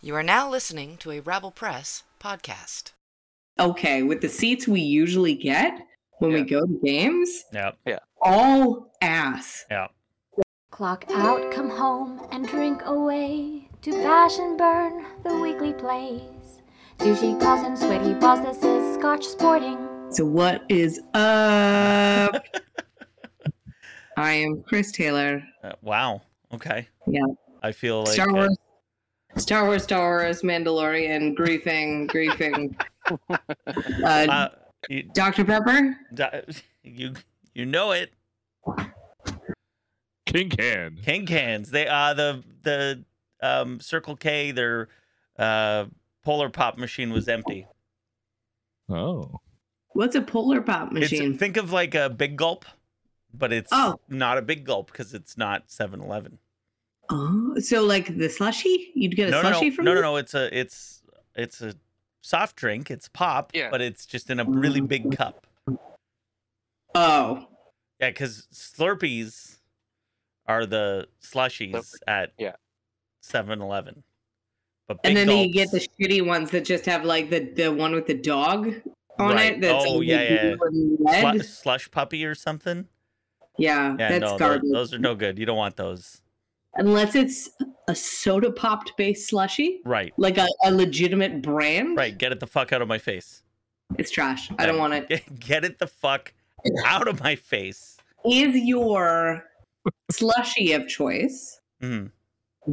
You are now listening to a Rabble Press podcast. okay, with the seats we usually get when we Yeah. go to games, Yep. all ass. Clock out, come home, and drink away to bash and burn the weekly plays. Douchey calls and sweaty balls, this is Scotch Sporting. So what is up? I am Chris Taylor. Uh, wow. Okay. Yeah. I feel like Star uh, Wars. Star Wars, Star Wars, Mandalorian, griefing, griefing. uh, uh, you, Dr. Pepper? di- you you know it. King Can. King cans. They uh the the um Circle K their uh polar pop machine was empty. Oh. What's a polar pop It's- machine? think of like a big gulp, but it's Oh. not a big gulp because it's not 7-Eleven. oh, so like the slushy? You'd get a No, no, no, slushy no, from no, it? no. It's a it's it's a soft drink. It's pop, Yeah. but it's just in a Mm. really big cup. Oh, Yeah, because Slurpees are the slushies Slurpee, at yeah. 7-Eleven. But and Big then you get the Gulps- shitty ones that just have like the, the one with the dog on Right. it. That's Oh, only yeah, yeah, blue and red. slu- slush puppy or something. Yeah, Yeah, that's no, tho- garbage. those are no good. You don't want those. Unless it's a soda popped based slushy, Right, like a, a legitimate brand. right. Get it the fuck out of my face. It's trash. I don't want it. Get it the fuck out of my face. Is your slushy of choice Mhm.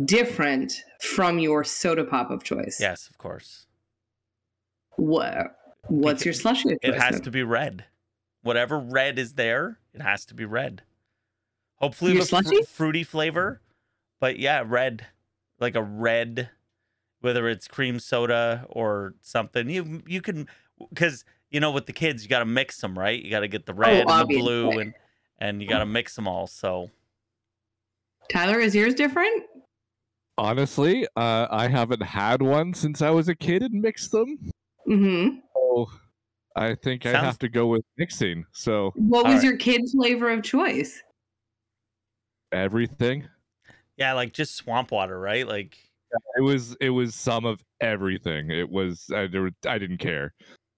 different from your soda pop of choice? Yes, of course. What, what's your slushy of choice? It has to be red. Whatever red is there, it has to be red. Hopefully, Your with a fr- slushie? fruity flavor. But yeah, red, like a red, whether it's cream soda or something. You you can because you know with the kids you got to mix them right. You got to get the red and the obviously. blue and and you got to mix them all. So Tyler, is yours different? Honestly, uh, I haven't had one since I was a kid and mixed them. Mm-hmm. So I think I Sounds- have to go with mixing. So What All was right. your kid flavor of choice? everything. yeah, like just swamp water, right? Like It was it was some of everything. It was I, there, were- I didn't care.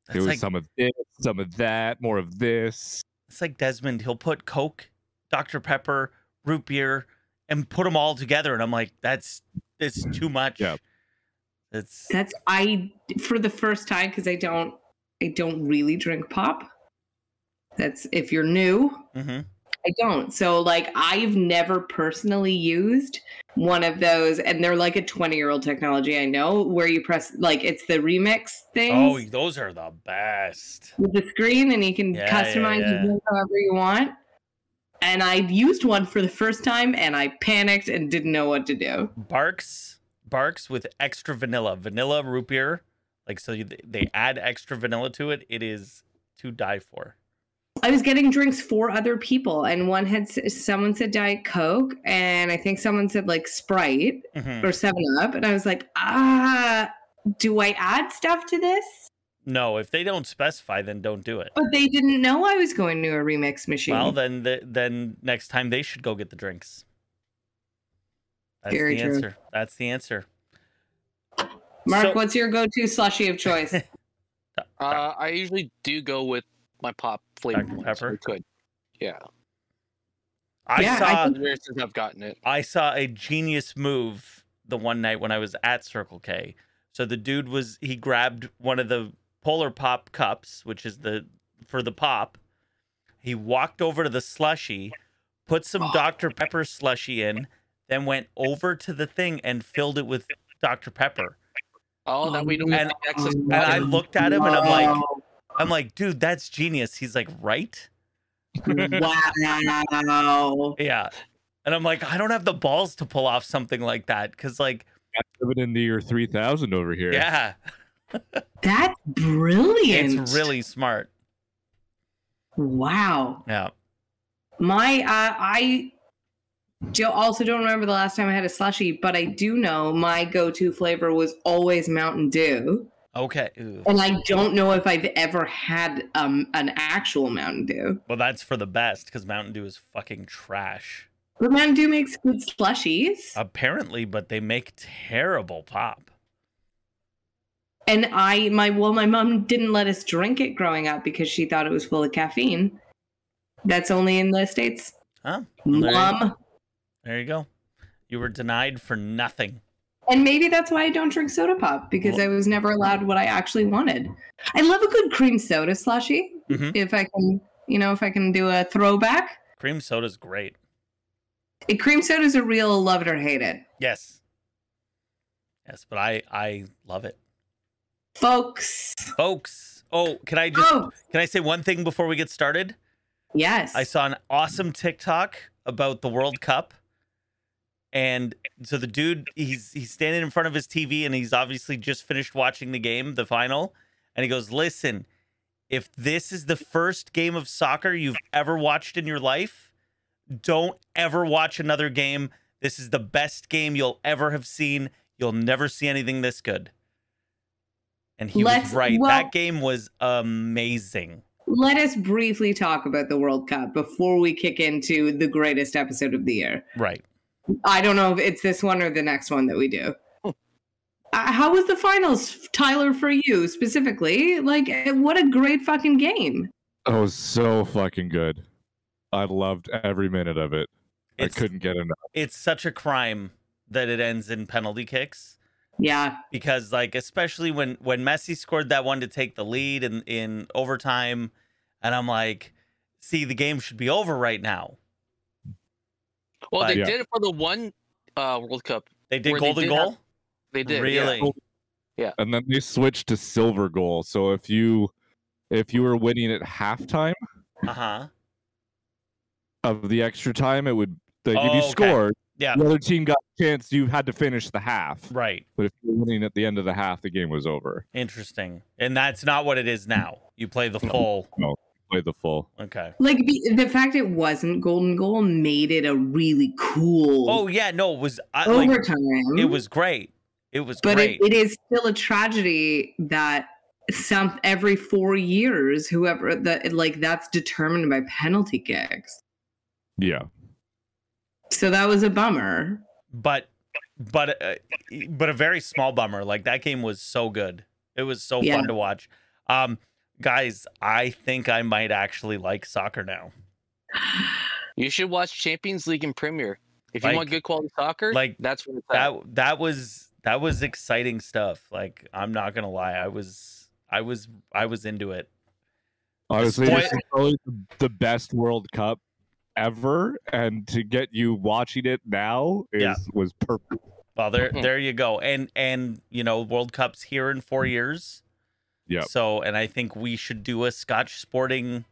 that's There was like some of this, some of that, more of this. it's like Desmond. He'll put Coke, Dr. Pepper, root beer, and put them all together. And I'm like, that's it's too much. Yeah. It's That's I for the first time because I don't I don't really drink pop. That's if you're new, mhm. I don't. So like I've never personally used one of those and they're like a 20 year old technology I know where you press like it's the remix thing oh, those are the best. with the screen and you can Yeah, yeah, customize yeah. it however you want. And I used one for the first time and I panicked and didn't know what to do. Barks, Barks with extra vanilla, vanilla root beer. Like so, you, they add extra vanilla to it. It is to die for. I was getting drinks for other people and one had s- someone said Diet Coke and I think someone said like Sprite Mhm. or 7 Up and I was like, "Ah, do I add stuff to this?" No, if they don't specify, then don't do it. But they didn't know I was going to a remix machine. Well, then the, then next time they should go get the drinks. That's Very the true. answer. That's the answer. Mark, so- what's your go-to slushy of choice? Uh, I usually do go with my pop flavor. Dr. ones, Pepper? If I could. Yeah. I Yeah, I saw think- It's years since I've gotten it. I saw a genius move the one night when I was at Circle K. So the dude was he grabbed one of the Polar Pop cups, which is the for the pop. He walked over to the slushy, put some Oh. Dr. Pepper slushy in, then went over to the thing and filled it with Dr. Pepper. Oh, that we don't Um, And- have access. to and And I water. looked at him and I'm like, Wow. I'm like, dude, that's genius. He's like, right? wow. Yeah. And I'm like, I don't have the balls to pull off something like that. Cause like, Living in the year three thousand over here. yeah, That's brilliant. it's really smart. wow. Yeah. My uh, I do also don't remember the last time I had a slushy, but I do know my go-to flavor was always Mountain Dew, Okay. Ooh. and I don't know if I've ever had um, an actual Mountain Dew. Well, that's for the best because Mountain Dew is fucking trash. But Mountain Dew makes good slushies. Apparently, but they make terrible pop. and I my well my mom didn't let us drink it growing up because she thought it was full of caffeine. That's only in the states. Huh? There you- Mom. There you go. You were denied for nothing. And maybe that's why I don't drink soda pop because I was never allowed what I actually wanted. I love a good cream soda slushy Mhm. if I can, you know, if I can do a throwback. Cream soda's great. A cream soda's a real love it or hate it. Yes. Yes, but I I love it. Folks. Folks. Oh, can I just Oh, can I say one thing before we get started? yes. I saw an awesome TikTok about the World Cup. And so the dude, he's he's standing in front of his TV and he's obviously just finished watching the game, the final, and he goes, "Listen, if this is the first game of soccer you've ever watched in your life, don't ever watch another game. This is the best game you'll ever have seen. You'll never see anything this good." And he Let's- was right. well- that game was amazing. Let us briefly talk about the World Cup before we kick into the greatest episode of the year. Right. I don't know if it's this one or the next one that we do. Oh. Uh, how was the finals, Tyler, for you specifically? Like, eh, what a great fucking game. That was so fucking good. I loved every minute of it. It's- I couldn't get enough. it's such a crime that it ends in penalty kicks Yeah. because like especially when when Messi scored that one to take the lead in in overtime and I'm like see the game should be over right now. Well, they Yeah. did it for the one uh, World Cup. They did Where they golden did goal? They did. yeah. really? and then they switched to silver goal. So if you if you were winning at halftime Uh-huh. of the extra time, it would like Oh, if you okay. scored, Yeah. the other team got a chance. You had to finish the half, Right. but if you were winning at the end of the half, the game was over. Interesting. And that's not what it is now. You play the No. full. Play the full. Okay. Like, the, the fact it wasn't Golden Goal made it a really cool Oh yeah, no, it was I, like overtime. it was great. It was but great. it, it is still a tragedy that some every four years whoever that like that's determined by penalty kicks Yeah, so that was a bummer but but uh, but a very small bummer. Like that game was so good. It was so Yeah. fun to watch. Um guys, I think I might actually like soccer now. You should watch Champions League and Premier. If you Like- want good quality soccer, like, like that's what it's at. That that was that was exciting stuff. Like I'm not going to lie. I was I was I was into it. honestly, Spoil- this is probably the- the best World Cup ever, and to get you watching it now is Yeah. was perfect. Well, there Mhm. there you go. And and you know, World Cup's here in 4 years. Yep. So, and I think we should do a Scotch sporting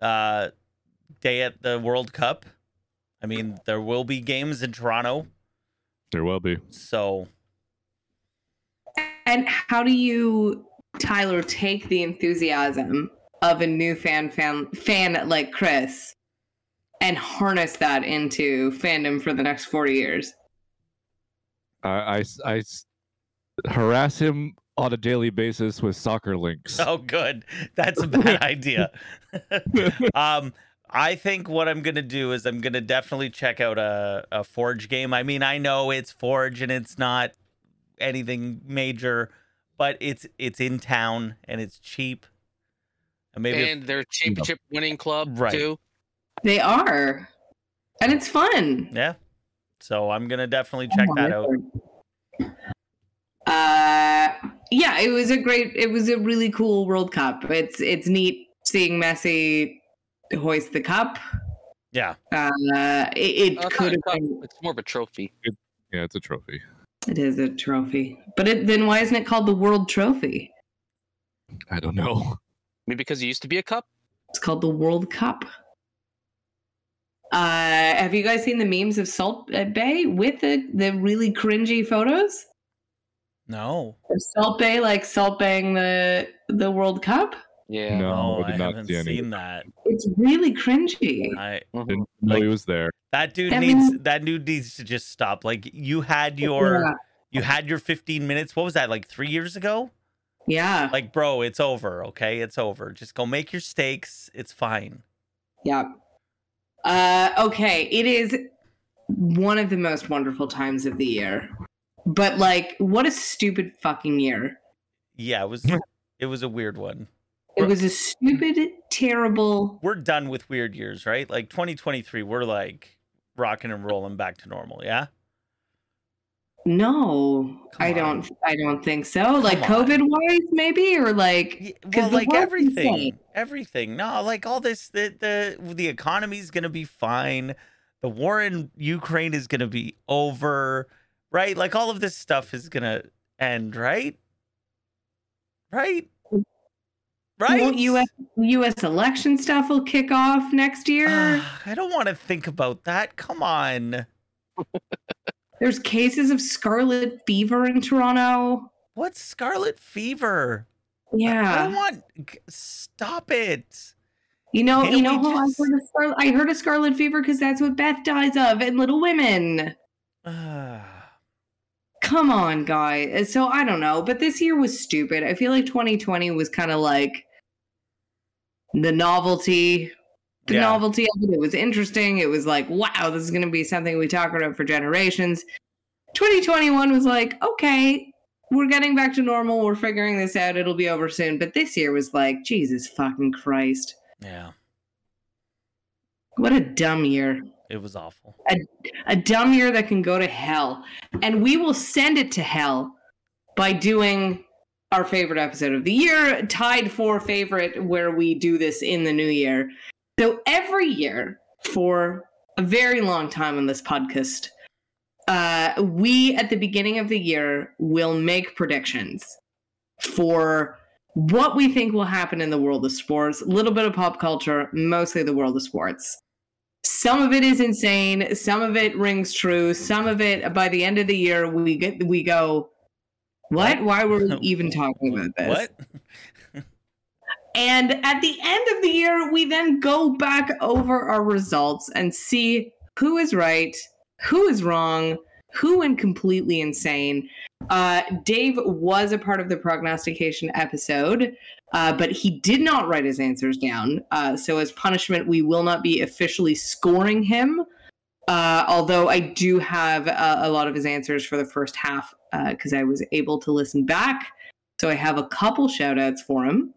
uh day at the World Cup. I mean, there will be games in Toronto. There will be. So and how do you tyler take the enthusiasm of a new fan fan fan like chris and harness that into fandom for the next 40 years I I s- I s- harass him on a daily basis with soccer links. Oh, good. That's a bad idea. um, I think what I'm gonna do is I'm gonna definitely check out a, a Forge game. I mean, I know it's Forge and it's not anything major, but it's it's in town and it's cheap. And maybe if- and their championship winning club Right. too. they are and it's fun yeah. So I'm gonna definitely check that out. Uh, yeah, it was a great. It was a really cool World Cup. It's it's neat seeing Messi hoist the cup. Yeah. Uh, it, it Uh, it's, not could a have cup, been. it's more of a trophy. Yeah, it's a trophy. It is a trophy, but it, then why isn't it called the World Trophy? I don't know. Maybe because it used to be a cup. It's called the World Cup. Uh, have you guys seen the memes of Salt Bay with the, the really cringy photos No. of Salt Bay like salt baying the the World Cup? Yeah. No, no, I Oh, I did not haven't see any. seen that. It's really cringy. I Mm-hmm. Didn't know he was there. that dude That needs means- that dude needs to just stop. Like you had your Yeah. you had your 15 minutes. What was that? Like three years ago? yeah. Like, bro, it's over. Okay, it's over. Just go make your stakes. It's fine. Yeah. Uh, okay, it is one of the most wonderful times of the year. But like, what a stupid fucking year. yeah, it was it was a weird one. It was a stupid, terrible. We're done with weird years, right? Like 2023, we're like rocking and rolling back to normal. Yeah. No, Come I on. don't. I don't think so. Like Come on. COVID wise, maybe, or like Y- 'Cause well, the like world's everything, insane. everything. No, like all this, the the the economy's gonna be fine. The war in Ukraine is gonna be over, right? Like all of this stuff is gonna end, right? Right? Right? won't U.S. U.S. election stuff will kick off next year. Ah, I don't want to think about that. Come on. There's cases of scarlet fever in Toronto. What's scarlet fever? I don't Yeah, want. g- Stop it. you know, Can't you know. we how just- I, heard of scarlet, I heard of scarlet fever because that's what Beth dies of in Little Women. Ah. Come on, guys. So I don't know, but this year was stupid. I feel like 2020 was kind of like the novelty the Yeah. novelty of it. It was interesting. It was like, wow, this is going to be something we talk about for generations. 2021 was like, okay, we're getting back to normal. We're figuring this out. It'll be over soon. But this year was like, Jesus fucking Christ. yeah, What a dumb year. it was awful. A dumb year that can go to hell. And we will send it to hell by doing our favorite episode of the year, tied for favorite, where we do this in the new year. So every year for a very long time on this podcast, uh, we at the beginning of the year will make predictions for what we think will happen in the world of sports, a little bit of pop culture, mostly the world of sports. Some of it is insane, some of it rings true, some of it by the end of the year we get we go, what? Why were we even talking about this? What? And at the end of the year, we then go back over our results and see who is right, who is wrong, who went completely insane. Uh, Dave was a part of the prognostication episode, uh, but he did not write his answers down. Uh, so, as punishment, we will not be officially scoring him. Uh, although I do have uh, a lot of his answers for the first half because I was able to listen back. So, I have a couple shout outs for him.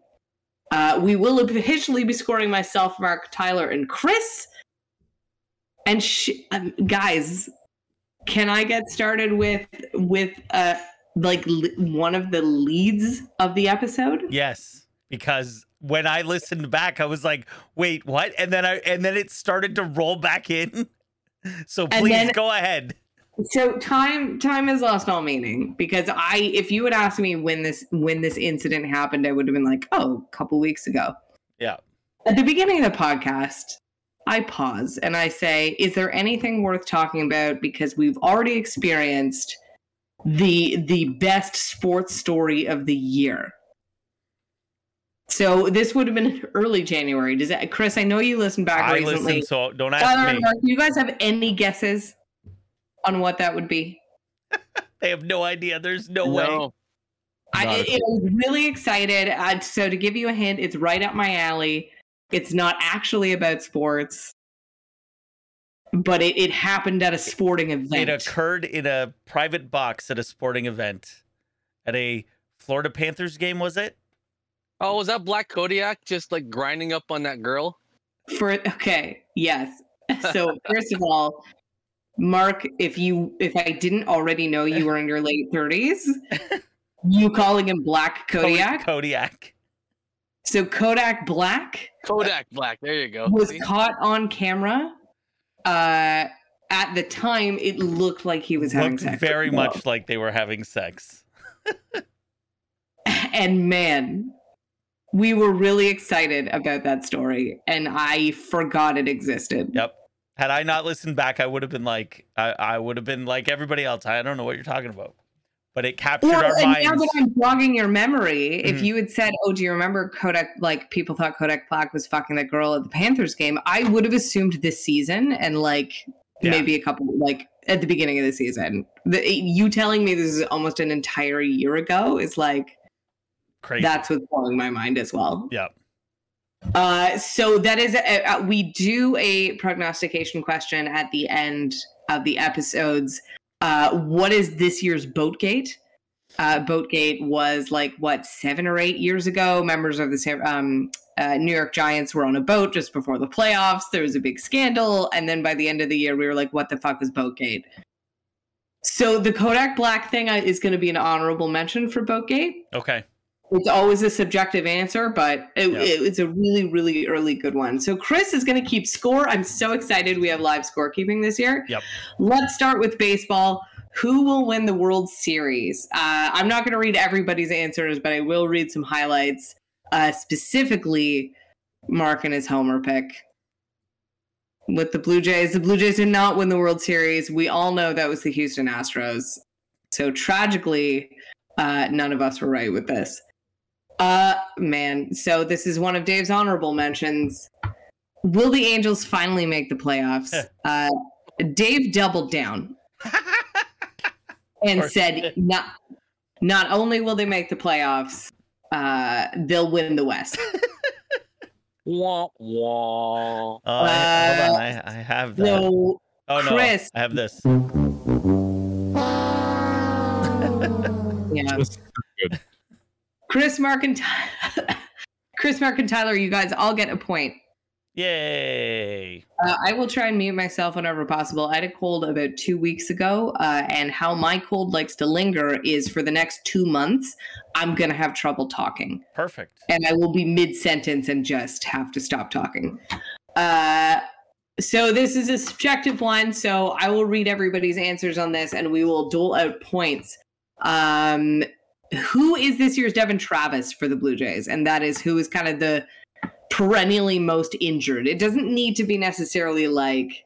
Uh, we will officially be scoring myself, Mark, Tyler, and Chris. And sh- um, guys, can I get started with with uh like l- one of the leads of the episode? Yes, because when I listened back, I was like, "Wait, what?" And then I and then it started to roll back in. So And please then- go ahead. So time time has lost all meaning because I if you had asked me when this when this incident happened, I would have been like, oh, a couple weeks ago. Yeah. At the beginning of the podcast, I pause and I say, is there anything worth talking about? Because we've already experienced the the best sports story of the year. So this would have been early January. Does that Chris, I know you listened back I recently. listened, so don't Tyler ask and me. Mark, do you guys have any guesses on what that would be? They have no idea. There's no, way. no. I, Not a it, I was really excited. Uh, so to give you a hint, it's right up my alley. It's not actually about sports, but it, it happened at a sporting event. It occurred in a private box at a sporting event, at a Florida Panthers game. Was it? Oh, was that Black Kodiak just like grinding up on that girl? For okay, yes. So first of all, Mark, if you if I didn't already know you were in your late thirties, you calling him Black Kod- Kodiak. Kodiak. So Kodak Black Kodak Black. There you go. was See? caught on camera. Uh, at the time, it looked like he was having Looked sex. very with a much like they were having sex. girl. And man, we were really excited about that story, and I forgot it existed. Yep. Had I not listened back, I would have been like, I, I would have been like everybody else. I don't know what you're talking about. But it captured Well, our and minds. now that I'm jogging your memory, if Mhm. you had said, "Oh, do you remember Kodak?" Like people thought Kodak Black was fucking that girl at the Panthers game. I would have assumed this season, and like Yeah. maybe a couple, like at the beginning of the season. The, you telling me this is almost an entire year ago is like Crazy. that's what's blowing my mind as well. Yep. Uh, so that is, uh, we do a prognostication question at the end of the episodes. Uh, what is this year's boat gate? uh, Boatgate was like what seven or eight years ago. Members of the San- um, uh, New York Giants were on a boat just before the playoffs. There was a big scandal, and then by the end of the year, we were like, "What the fuck was Boatgate?" So the Kodak Black thing uh, is going to be an honorable mention for Boatgate. Okay. It's always a subjective answer, but it, Yeah. it- it's a really, really early good one. So Chris is going to keep score. I'm so excited. We have live scorekeeping this year. Yep. Let's start with baseball. Who will win the World Series? Uh, I'm not going to read everybody's answers, but I will read some highlights. Uh, specifically, Mark and his homer pick with the Blue Jays. The Blue Jays did not win the World Series. We all know that was the Houston Astros. So tragically, uh, none of us were right with this. Uh, man. So this is one of Dave's honorable mentions. Will the Angels finally make the playoffs? uh, Dave doubled down and Or- said, "Not, not only will they make the playoffs, uh, they'll win the West." Wah, wah. Oh, I, Uh, hold on. I, I have that. So oh no. Chris- I have this. yeah, Just- Chris, Mark, and Ty- Chris, Mark, and Tyler, you guys all get a point. Yay. Uh, I will try and mute myself whenever possible. I had a cold about two weeks ago, uh, and how my cold likes to linger is for the next two months, I'm going to have trouble talking. Perfect. And I will be mid sentence and just have to stop talking. Uh, so, this is a subjective one. So, I will read everybody's answers on this and we will dole out points. Um, who is this year's Devin Travis for the Blue Jays? And that is who is kind of the perennially most injured. It doesn't need to be necessarily like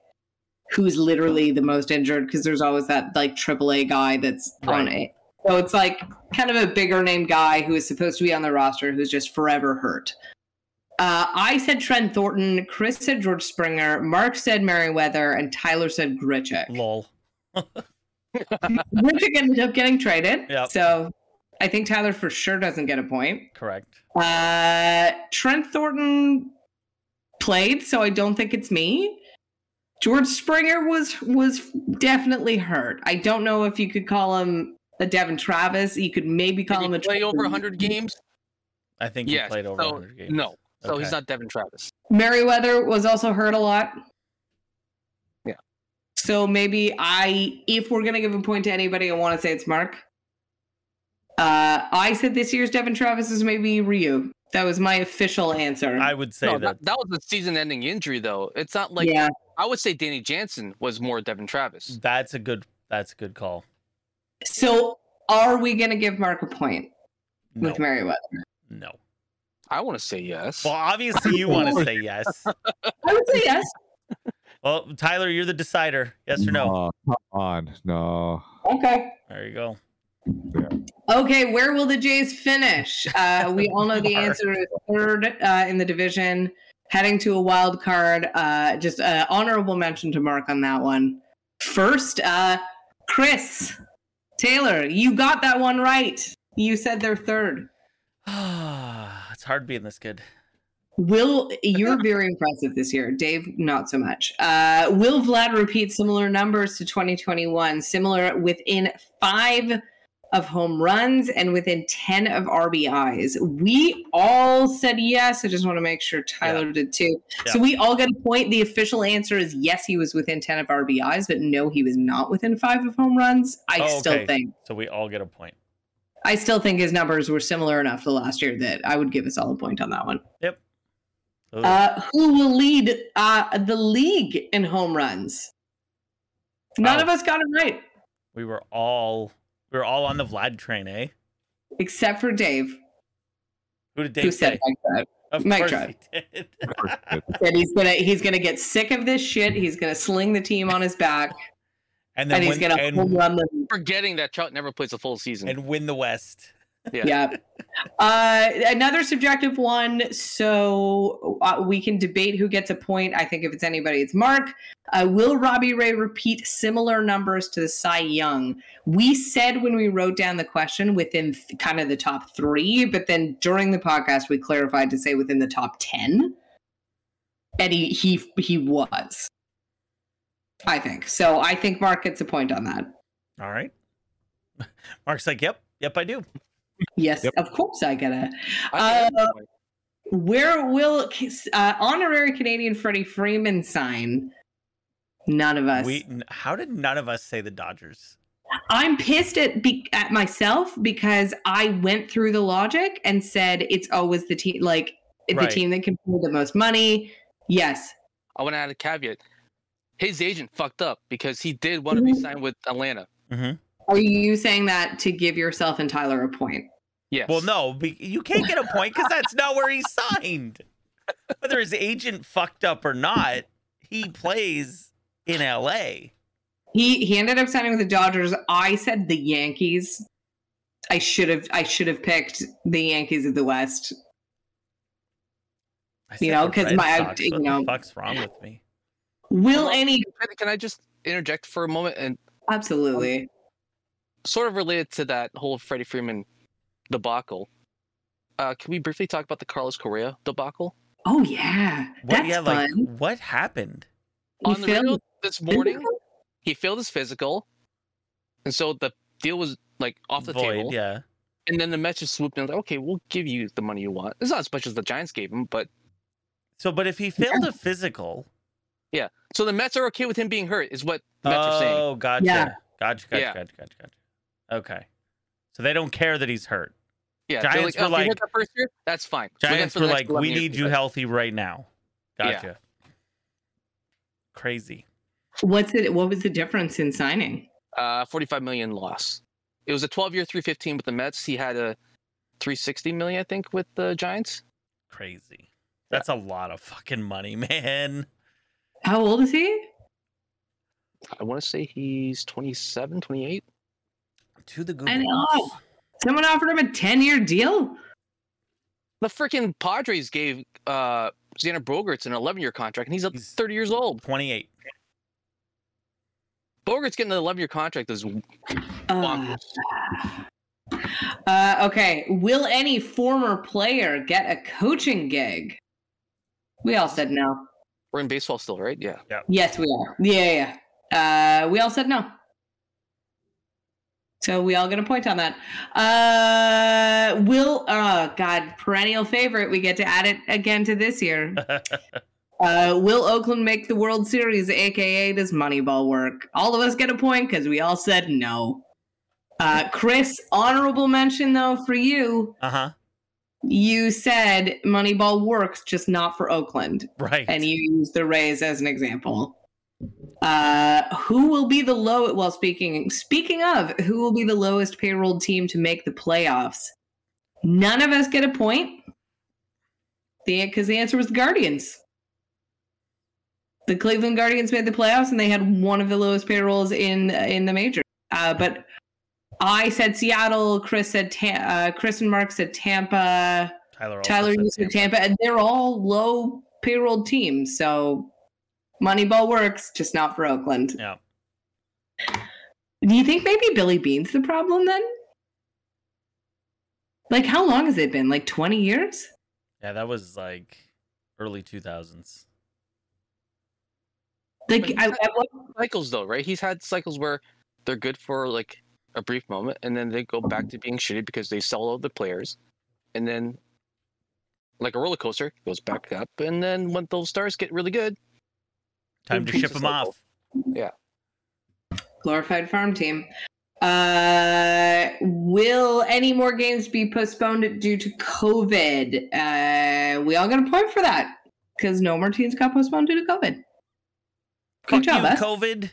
who's literally the most injured because there's always that like AAA guy that's on it. So it's like kind of a bigger name guy who is supposed to be on the roster who's just forever hurt. Uh, I said Trent Thornton, Chris said George Springer, Mark said Merriweather, and Tyler said Grichuk. Uh, Lol. Grichuk ended up getting traded. Yep. So I think Tyler for sure doesn't get a point. Correct. Uh, Trent Thornton played, so I don't think it's me. George Springer was was definitely hurt. I don't know if you could call him a Devin Travis. You could maybe Did call he him a play over Trent- 100 games? I think you Yes. played over so, 100 games. No. So Okay. he's not Devin Travis. Merriweather was also hurt a lot. Yeah. So maybe I, if we're gonna give a point to anybody, I want to say it's Mark. Uh, I said this year's Devin Travis is maybe Ryu. That was my official answer. I would say No, that. that, that was a season-ending injury, though. It's not like yeah. I would say Danny Jansen was more Devin Travis. That's a good. That's a good call. So are we gonna give Mark a point No. with Merriweather? No. I want to say yes. Well, obviously you want to say yes. I would say yes. Well, Tyler, you're the decider. Yes or no? Nah, come on, no. Okay. There you go. Okay, where will the Jays finish? Uh, we all know the Mark. answer is third uh, in the division, heading to a wild card. Uh, just uh, honorable mention to Mark on that one. First, uh, Chris Taylor, you got that one right. You said they're third. it's hard being this good. Will you're very impressive this year, Dave? Not so much. Uh, will Vlad repeat similar numbers to 2021? Similar within five of home runs and within 10 of RBIs. We all said yes. I just want to make sure Tyler did too. So Yeah. we all get a point. The official answer is yes, he was within 10 of RBIs, but no, he was not within five of home runs. I Oh, still okay. think. So we all get a point. I still think his numbers were similar enough to last year that I would give us all a point on that one. Ooh, Uh, who will lead uh, the league in home runs? None Oh. of us got it right, we were all we were all on the Vlad train, eh? except for Dave, Who did who Dave said say? like that. Of Mike course Trout. he did. course he did. Said he's gonna he's gonna get sick of this shit. He's gonna sling the team on his back, and and then he's win, gonna home and, run them. Forgetting that Trout never plays a full season. and win the West. Yeah. Uh, another subjective one. So uh, we can debate who gets a point. I think if it's anybody, it's Mark. Uh, will Robbie Ray repeat similar numbers to the Cy Young? We said when we wrote down the question within th- kind of the top three, but then during the podcast we clarified to say within the top ten. And he he he was. I think so. I think Mark gets a point on that. All right. Mark's like, yep, Yep, I do. Yes, Yep. of course I get it. I think I know. Where will uh, honorary Canadian Freddie Freeman sign? None of us. We n- how did none of us say the Dodgers? I'm pissed at be- at myself because I went through the logic and said it's always the team like Right. the team that can pay the most money. Yes, I want to add a caveat. His agent fucked up because he did want to be signed with Atlanta. Mm-hmm. Are you saying that to give yourself and Tyler a point? Yes. Well, no, be- you can't get a point because that's not where he signed. Whether his agent fucked up or not, he plays in L.A. He he ended up signing with the Dodgers. I said the Yankees. I should have I should have picked the Yankees of the West. I You said know, the 'cause Red my- I- Sox. you what the know. fuck's wrong with me? Will any Can- Can I just interject for a moment and absolutely. sort of related to that whole Freddie Freeman debacle? Uh, can we briefly talk about the Carlos Correa debacle? Oh yeah. What, That's yeah, like fun. what happened? He On the failed radio this morning, he failed his physical, and so the deal was like off the Void, table. yeah. And then the Mets just swooped in like, okay, we'll give you the money you want. It's not as much as the Giants gave him, but So, but if he failed a physical, so the Mets are okay with him being hurt, is what the Mets are saying. oh, gotcha, Yeah. gotcha, gotcha, Yeah. gotcha, gotcha, gotcha. Okay, so they don't care that he's hurt. Yeah, they're Giants like, were oh, if you hit like- that first year, that's fine. We're good Giants for were the next like, we 11 years." need you healthy right now. Yeah. Gotcha. Crazy. What's it what was the difference in signing? Uh, 45 million loss. It was a 12 year 315 with the Mets. He had a 360 million, I think, with the Giants. Crazy. That's a lot of fucking money, man. How old is he? I want to say he's 27, 28. To the I Google. know. Someone offered him a 10 year deal? The freaking Padres gave uh, Xander Bogarts an 11 year contract, and he's up He's- 30 years old. 28. Bogarts getting an 11 year contract is Uh, bonkers. uh, okay. Will any former player get a coaching gig? We all said no. We're in baseball still, right? Yeah. Yes, we are. Yeah, yeah, yeah. Uh, we all said no. So we all get a point on that. Uh, will, oh, God, perennial favorite. We get to add it again to this year. Uh-huh. Uh, will Oakland make the World Series? AKA, does Moneyball work? All of us get a point because we all said no. Uh, Chris, honorable mention though for you. Uh huh. You said Moneyball works, just not for Oakland, Right. and you used the Rays as an example. Uh, who will be the low? Well, speaking speaking of, who will be the lowest payroll team to make the playoffs? None of us get a point. The because the answer was the Guardians. The Cleveland Guardians made the playoffs, and they had one of the lowest payrolls in in the major. Uh, but I said Seattle. Chris said Ta- uh, Chris and Mark said Tampa. Tyler. also Tyler said used Tampa. Tampa. Tampa, and they're all low payroll teams. So Moneyball works, just not for Oakland. Yeah. Do you think maybe Billy Bean's the problem then? Like, how long has it been? Like 20 years? Yeah, that was like early 2000s. Like, I, I, cycles though, right? He's had cycles where they're good for like a brief moment and then they go back to being shitty because they sell out the players. And then like a roller coaster goes back up and then when those stars get really good, Time to Increase ship the him cycle. off. glorified farm team. Uh, will any more games be postponed due to COVID? Uh, we all got a point for that because no more teams got postponed due to COVID. Good Fuck job, you, us. COVID.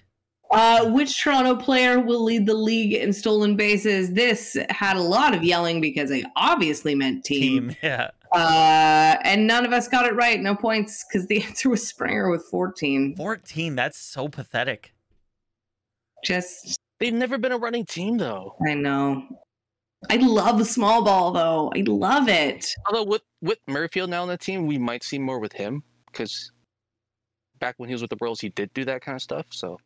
Uh, which Toronto player will lead the league in stolen bases? This had a lot of yelling because they obviously meant team. Team. Yeah. Uh, and none of us got it right. No points because the answer was Springer with 14. 14. That's so pathetic. Just they've never been a running team though. I know. I love small ball though. I love it. Although with with Merrifield now on the team, we might see more with him because back when he was with the Royals, he did do that kind of stuff. So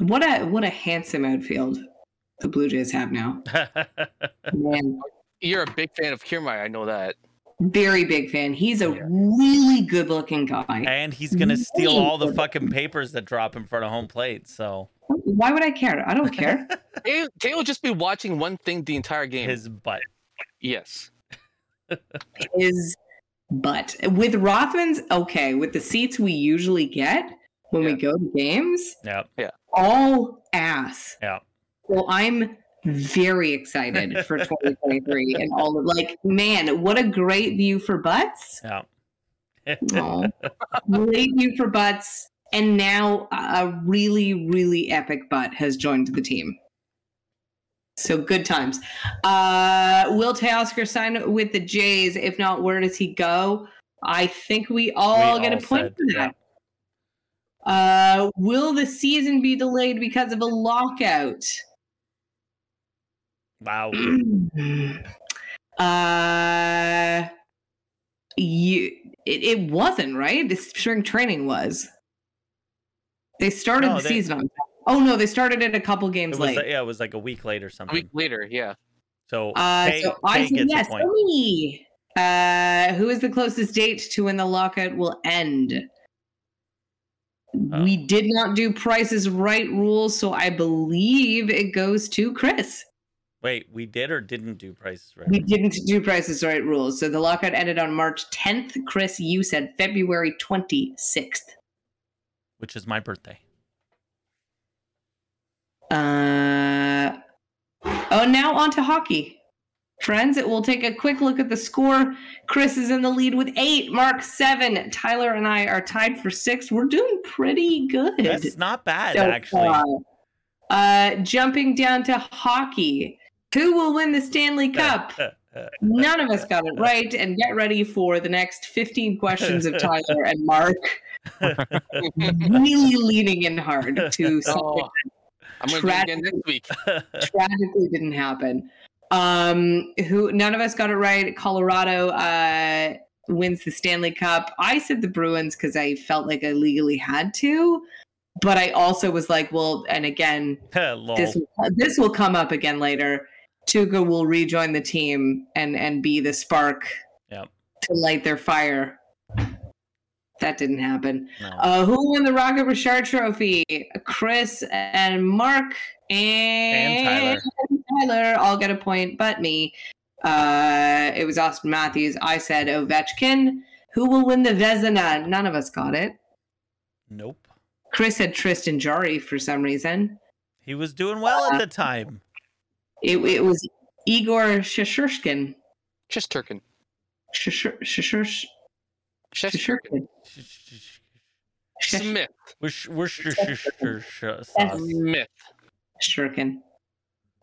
What a what a handsome outfield the Blue Jays have now. Man. you're a big fan of Kiermaier, I know that. Very big fan. He's a really good looking guy. And he's gonna steal all the Wait. fucking papers that drop in front of home plate. So Why would I care? I don't care. Tay Tay will just be watching one thing the entire game. his butt. yes. His butt. With Rothman's, okay, with the seats we usually get when we Yeah. go to games, Yeah. all ass. Yeah. Well, I'm very excited for 2023 and all of like, man, what a great view for butts. Yeah. Aw. great view for butts. And now a a really, really epic butt has joined the team. So good times. Uh, will Teoscar sign with the Jays? If not, where does he go? I think we all We get all a point said, for that. Uh, will the season be delayed because of a lockout? Wow. uh, you it, it wasn't right. The spring training was. They started No, the they- season on. Oh no, they started it a couple It games was late. like, yeah, it was like a week late A or week something. later, yeah. So, uh, Tay- so I Tay said gets yes. a point. Tony. Uh, who is the closest date to when the lockout will end? Uh. we did not do prices right rules, so I believe it goes to Chris. Wait, we did or didn't do prices right? We didn't do prices right rules. So the lockout ended on March 10th. Chris, you said February 26th. Which is my birthday. Uh, oh, now on to hockey. Friends, it will take a quick look at the score. Chris is in the lead with eight, Mark seven. Tyler and I are tied for six. We're doing pretty good. That's not bad, so actually. far. Uh, jumping down to hockey. Who will win the Stanley Cup? None of us got it right. And get ready for the next 15 questions of Tyler and Mark. really leaning in hard to something Oh, I'm gonna do it again next week. tragically didn't happen. Um, who none of us got it right. Colorado uh, wins the Stanley Cup. I said the Bruins because I felt like I legally had to, but I also was like, well, and again, Lol. this this will come up again later. Tuca will rejoin the team and and be the spark Yep. to light their fire. That didn't happen. No. Uh, who won the Rocket Richard Trophy? Chris and Mark and, Tyler. Tyler all get a point, but me. Uh, it was Austin Matthews. I said Ovechkin. Who will win the Vezina? None of us got it. Nope. Chris said Tristan Jari for some reason. He was doing well at the time. It, it was Igor Shishurkin. Just Turkin. Shishur- Shishur- Just Shishurkin. Shish- Smith. We're sh- we're sh- sh- sh- sh- sauce. Smith. Uh, Shishurkin.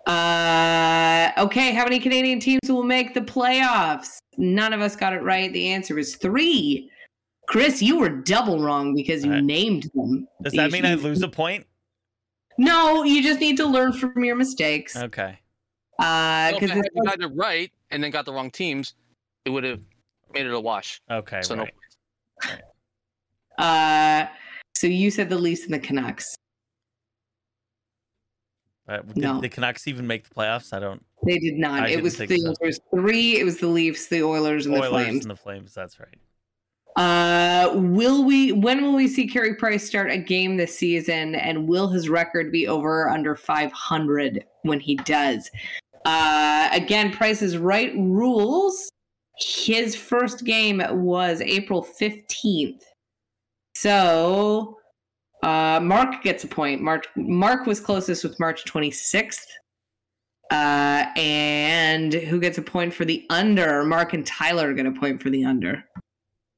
Uh, okay, how many Canadian teams will make the playoffs? None of us got it right. The answer is three. Chris, you were double wrong because you All right. named them. Does that mean I lose a point? No, you just need to learn from your mistakes. Okay. Uh, Well, if I because had got it right and then got the wrong teams, it would have made it a wash. Okay. So no- right. uh, so you said the Leafs and the Canucks. Uh, did No. the Canucks even make the playoffs? I don't. They did not. I it didn't was think the so. it was three. It was the Leafs, the Oilers, and the Oilers Flames. and the Flames. That's right. Uh, will we? When will we see Carey Price start a game this season? And will his record be over or under 500 when he does? Uh, again, Price's right rules. His first game was April 15th. So, uh, Mark gets a point. Mark Mark was closest with March 26th. Uh, and who gets a point for the under? Mark and Tyler get a point for the under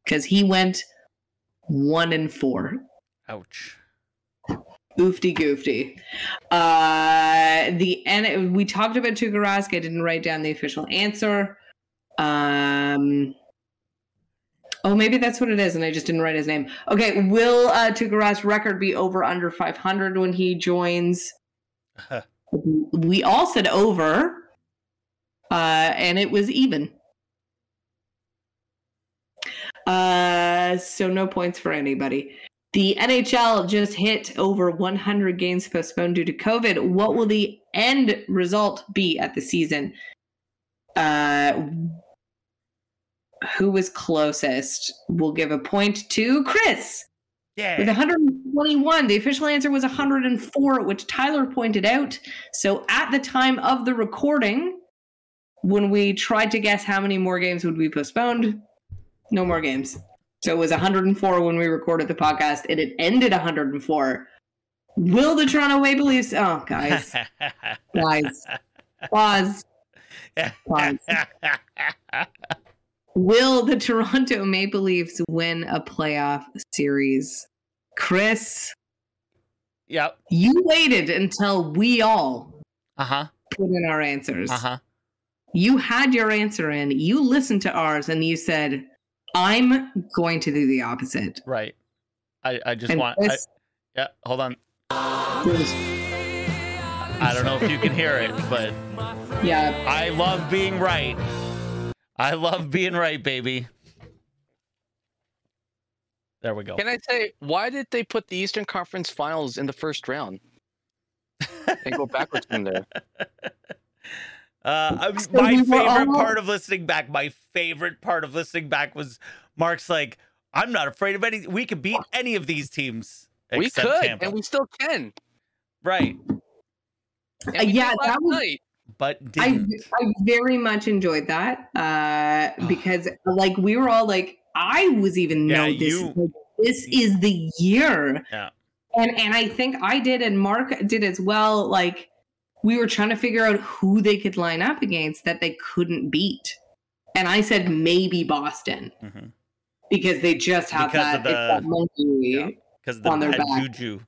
because he went one and four. Ouch. Oofty goofty. Uh, the and we talked about Tukarask. I didn't write down the official answer. Um. Oh, maybe that's what it is, and I just didn't write his name. Okay, will uh, Tukarask's record be over under 500 when he joins? We all said over, uh, and it was even. Uh, so no points for anybody. The NHL just hit over 100 games postponed due to COVID. What will the end result be at the season? Uh, who was closest will give a point to Chris. With Yeah. 121, the official answer was 104, which Tyler pointed out. So at the time of the recording, when we tried to guess how many more games would be postponed, no more games. So it was 104 when we recorded the podcast, and it ended 104. Will the Toronto Maple Leafs? Oh, guys, guys, pause. Will the Toronto Maple Leafs win a playoff series? Chris, yep. you waited until we all Uh huh. put in our answers. Uh huh. You had your answer in, you listened to ours, and you said, I'm going to do the opposite. Right. I, I just and want. I, Chris, yeah. Hold on. was- I don't know if you can hear it, but yeah, I love being right. I love being right, baby. There we go. Can I say why did they put the Eastern Conference Finals in the first round and go backwards from there? Uh, I- So my we were favorite all- part of listening back, my favorite part of listening back was Mark's like, I'm not afraid of any. We could beat any of these teams. we except could, Tampa. and we still can. right, And Uh, we did yeah, last that was- night. but I, didn't. I very much enjoyed that uh, because, like, we were all like, I was even Yeah, no, this, you- like, this is the year. Yeah. And and I think I did, and Mark did as well. Like, we were trying to figure out who they could line up against that they couldn't beat, and I said maybe Boston Mhm. because they just have Because that, of it's that the- monkey. yeah. Because the On their bad back. juju.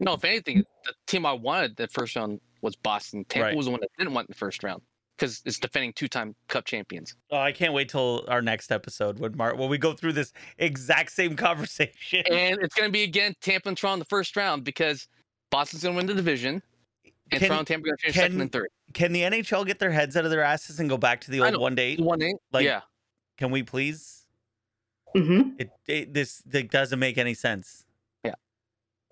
No, if anything, the team I wanted that first round was Boston. Tampa Right. was the one that didn't want in the first round because it's defending two-time Cup champions. Oh, I can't wait till our next episode when Mark when we go through this exact same conversation. And it's going to be again Tampa and Toronto in the first round because Boston's going to win the division, and Can- Toronto and Tampa are going to finish can- second and third. Can the NHL get their heads out of their asses and go back to the I old know. one day? One eight, like- yeah. Can we please? hmm It, it this it doesn't make any sense.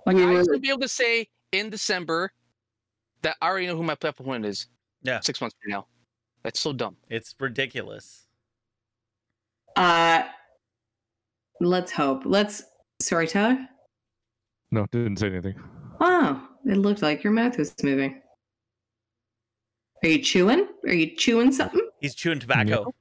Like we I were- used to be able to say in December that I already know who my playoff opponent is. Yeah. Six months from now. That's so dumb. It's ridiculous. uh, let's hope. Let's. Sorry, Tyler. No, didn't say anything. Oh, it looked like your mouth was moving. Are you chewing? Are you chewing something? He's chewing tobacco.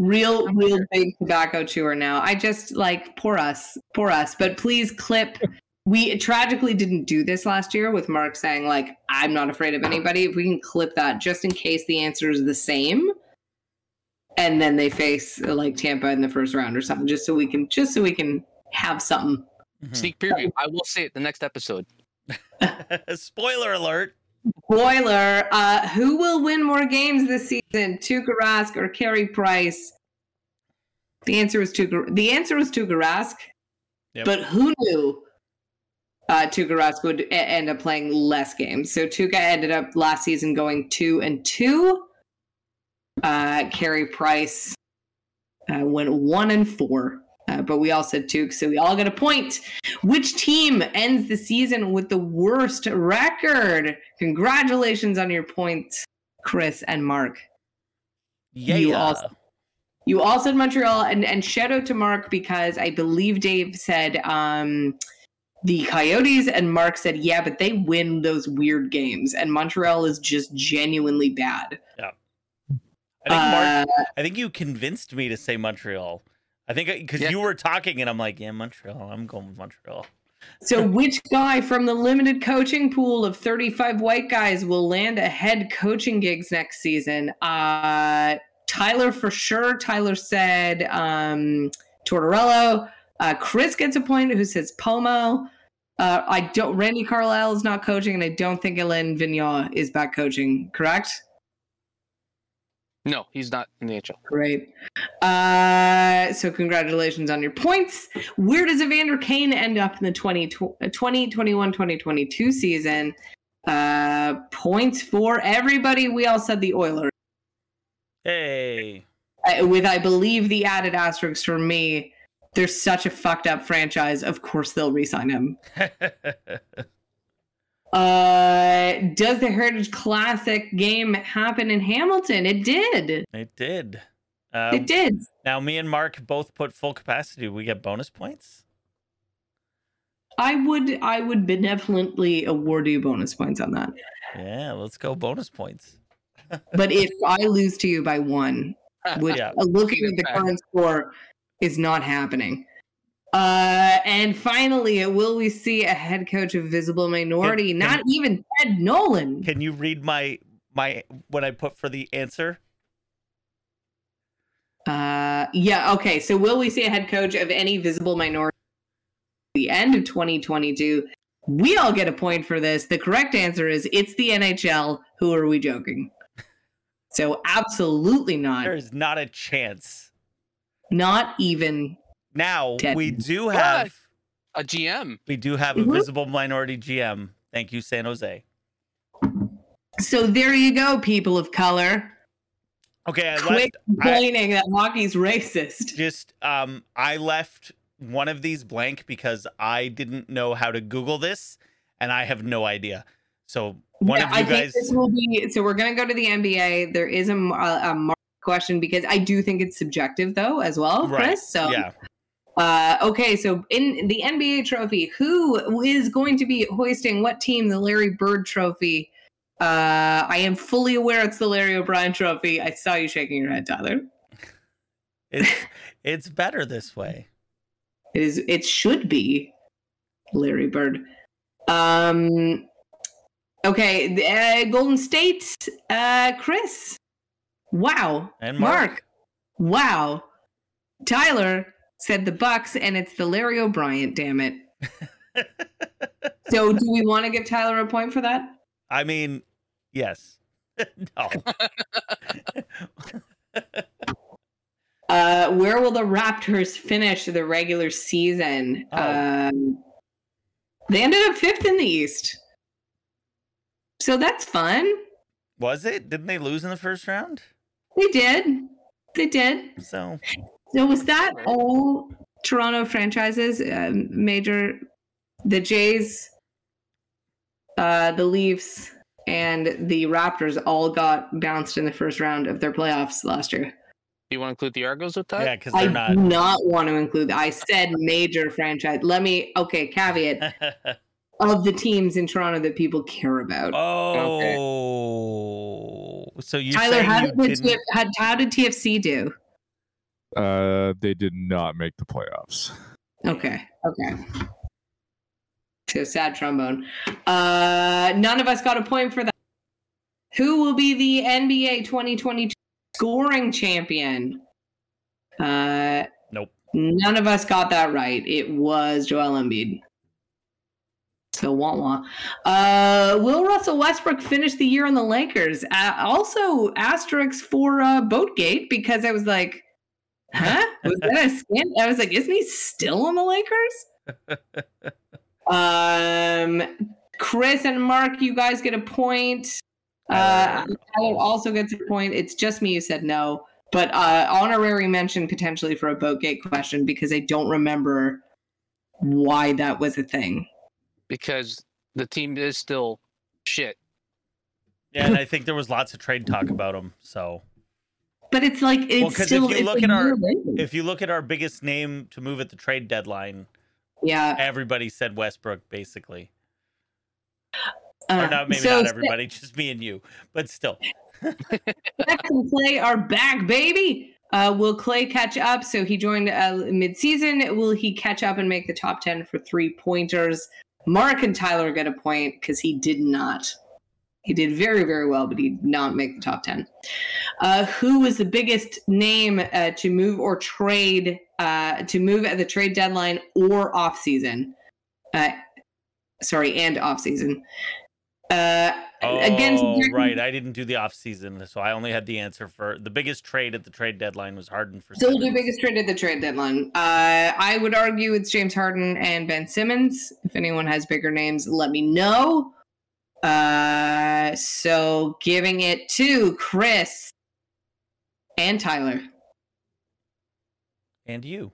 Real, real big tobacco chewer now. I just like pour us, pour us, but please clip. We tragically didn't do this last year with Mark saying, like, I'm not afraid of anybody. If we can clip that just in case the answer is the same. And then they face uh, like Tampa in the first round or something, just so we can just so we can have something. Mhm. Sneak preview. I will say it the next episode. Spoiler alert. Boiler, uh, who will win more games this season, Tuukka Rask or Carey Price? The answer was Tuukka. The answer was Tuukka Rask, Yep. but who knew uh, Tuukka Rask would e- end up playing less games? So Tuukka ended up last season going two and two. Uh, Carey Price uh, went one and four, uh, but we all said Tuuk, so we all got a point. Which team ends the season with the worst record? Congratulations on your points, Chris and Mark. Yeah. You also- You all said Montreal, and, and shout out to Mark because I believe Dave said um, the Coyotes, and Mark said, yeah, but they win those weird games, and Montreal is just genuinely bad. I think Mark, Uh, I think you convinced me to say Montreal. I think because Yeah. you were talking and I'm like, yeah, Montreal. I'm going with Montreal. So, which guy from the limited coaching pool of 35 white guys will land a head coaching gigs next season? Uh, Tyler, for sure. Tyler said um, Tortorello. Uh, Chris gets a point. Who says Pomo? Uh, I don't. Randy Carlisle is not coaching, and I don't think Elaine Vigneault is back coaching. Correct. No, he's not in the NHL. Great. Uh, so congratulations on your points. Where does Evander Kane end up in the uh, 20, 2021 2022 season? Uh, points for everybody. We all said the Oilers Hey. uh, with, I believe, the added asterisk for me. They're such a fucked up franchise. Of course, they'll re sign him. Uh, does the Heritage Classic game happen in Hamilton? It did. It did. Um, it did. Now, me and Mark both put full capacity. We get bonus points. I would I would benevolently award you bonus points on that. Yeah, let's go bonus points. But if I lose to you by one, which Yeah. uh, looking at the current score is not happening. Uh, and finally, will we see a head coach of visible minority? Can- not even Ted Nolan. Can you read my my what I put for the answer? Uh, yeah. Okay. So, will we see a head coach of any visible minority? at The end of 2022. We all get a point for this. The correct answer is it's the NHL. Who are we joking? So, absolutely There not. is not a chance. Not even. Now Ten. we do have A GM. we do have a Mhm. visible minority GM. Thank you, San Jose. So, there you go, people of color. Okay, I left Quit complaining that hockey's racist. just um I left one of these blank because I didn't know how to Google this and I have no idea. So one Yeah, of I you think guys this will be. So, we're going to go to the NBA. There is a, m- a, a mark question because I do think it's subjective, though, as well, Right, Chris. So, Yeah. Uh, okay, so in the NBA trophy, who is going to be hoisting what team the Larry Bird trophy? Uh, I am fully aware it's the Larry O'Brien trophy. I saw you shaking your head, Tyler. It's it's better this way. It is. It should be Larry Bird. Um. Okay, the, uh, Golden State. Uh, Chris. Wow. And Mark. Mark. Wow. Tyler said the Bucks, and it's the Larry O'Brien. Damn it. so, do we want to give Tyler a point for that? I mean, yes. no. Uh, where will the Raptors finish the regular season? Oh. Um, they ended up fifth in the East, so that's fun. Was it? Didn't they lose in the first round? They did. They did. So So was that all Toronto franchises? Um major, the Jays, uh, the Leafs, and the Raptors all got bounced in the first round of their playoffs last year. Do you want to include the Argos with that? yeah, because I they're do not. not want to include. I said major franchise. Let me okay caveat of the teams in Toronto that people care about. oh, so you Tyler, how saying did, the you TF didn't? how, how did TFC do? Uh, they did not make the playoffs. Okay. Okay. So sad trombone. Uh none of us got a point for that. Who will be the NBA 2022 scoring champion? Uh Nope. None of us got that right. It was Joel Embiid. So wah wah. Uh, will Russell Westbrook finish the year on the Lakers? Uh, also asterisk for uh, Boatgate because I was like, huh? Was that a skin? I was like, isn't he still on the Lakers? um, Chris and Mark, you guys get a point. Uh, Tyler. Tyler also gets a point. It's just me who said no, but uh, honorary mention potentially for a Boatgate question because I don't remember why that was a thing. Because the team is still shit. yeah, and I think there was lots of trade talk about him. So But it's like it's 'cause if still. you it's look a at our- year later. if you look at our biggest name to move at the trade deadline, yeah, everybody said Westbrook basically. uh, Or not, maybe so not everybody, just me and you. But still, Steph and Clay are back, baby. Uh, will Clay catch up? So he joined uh, midseason. Will he catch up and make the top ten for three pointers? Mark and Tyler get a point because he did not. He did very, very well, but he did not make the top ten. Uh, who was the biggest name uh, to move or trade uh, to move at the trade deadline or off season? Uh, sorry, and off season. Uh, oh, against right, I didn't do the off season, so I only had the answer for the biggest trade at the trade deadline was Harden for. Still the Simmons. biggest trade at the trade deadline. Uh, I would argue it's James Harden and Ben Simmons. If anyone has bigger names, let me know. Uh, so giving it to Chris and Tyler. and you.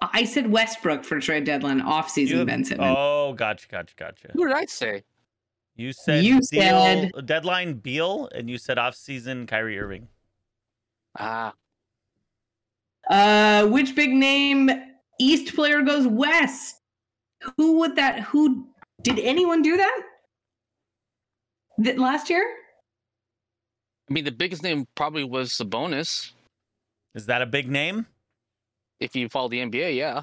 I said Westbrook for trade deadline You offseason have- Ben Simmons. oh, gotcha, gotcha, gotcha. Who did I say? You said You Beal- uh, said- deadline Beal, and you said off-season Kyrie Irving. Ah, Uh, which big name East player goes West? Who would that? Who did anyone do that? That last year? I mean, the biggest name probably was Sabonis. Is that a big name? If you follow the NBA, yeah.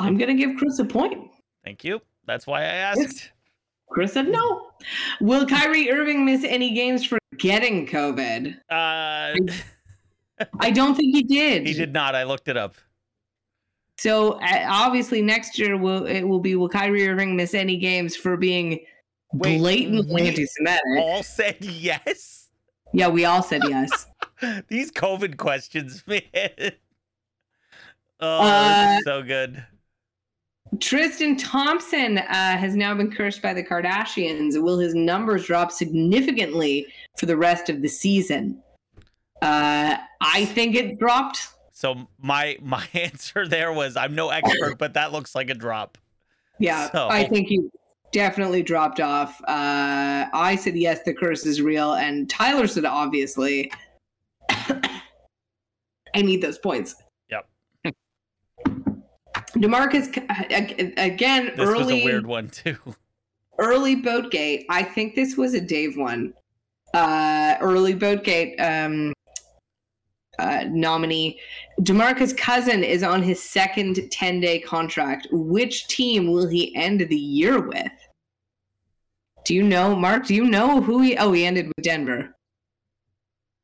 I'm gonna give Chris a point. Thank you. That's why I asked. Chris said no. Will Kyrie Irving miss any games for getting COVID? Uh, I don't think he did. he did not. I looked it up. So uh, obviously next year will it will be will Kyrie Irving miss any games for being Wait, blatantly we anti-Semitic? all said yes. Yeah, we all said yes. These COVID questions, man. Oh, Uh, it's so good. Tristan Thompson uh, has now been cursed by the Kardashians. Will his numbers drop significantly for the rest of the season? Uh, I think it dropped. So my my answer there was I'm no expert, but that looks like a drop. Yeah, So- I think he definitely dropped off. Uh, I said yes, the curse is real, and Tyler said obviously. I need those points. Yep. Demarcus uh, ag- again This early was a weird one too. early boatgate i think this was a dave one uh early boatgate um uh, nominee demarcus cousin is on his second 10-day contract which team will he end the year with do you know mark do you know who he oh he ended with denver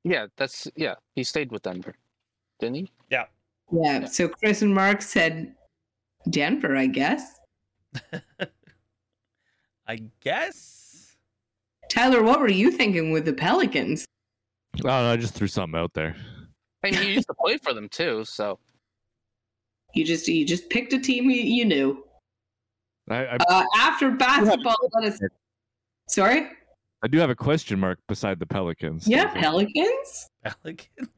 Yeah, that's yeah. He stayed with Denver, didn't he? yeah so chris and mark said denver i guess I guess. tyler what were you thinking with the pelicans I don't know. I just threw something out there. I mean, he used to play for them too. So you just you just picked a team you, you knew I, I, Uh, after basketball, let us. Sorry. I do have a question mark beside the Pelicans. Yeah, Pelicans. Pelicans.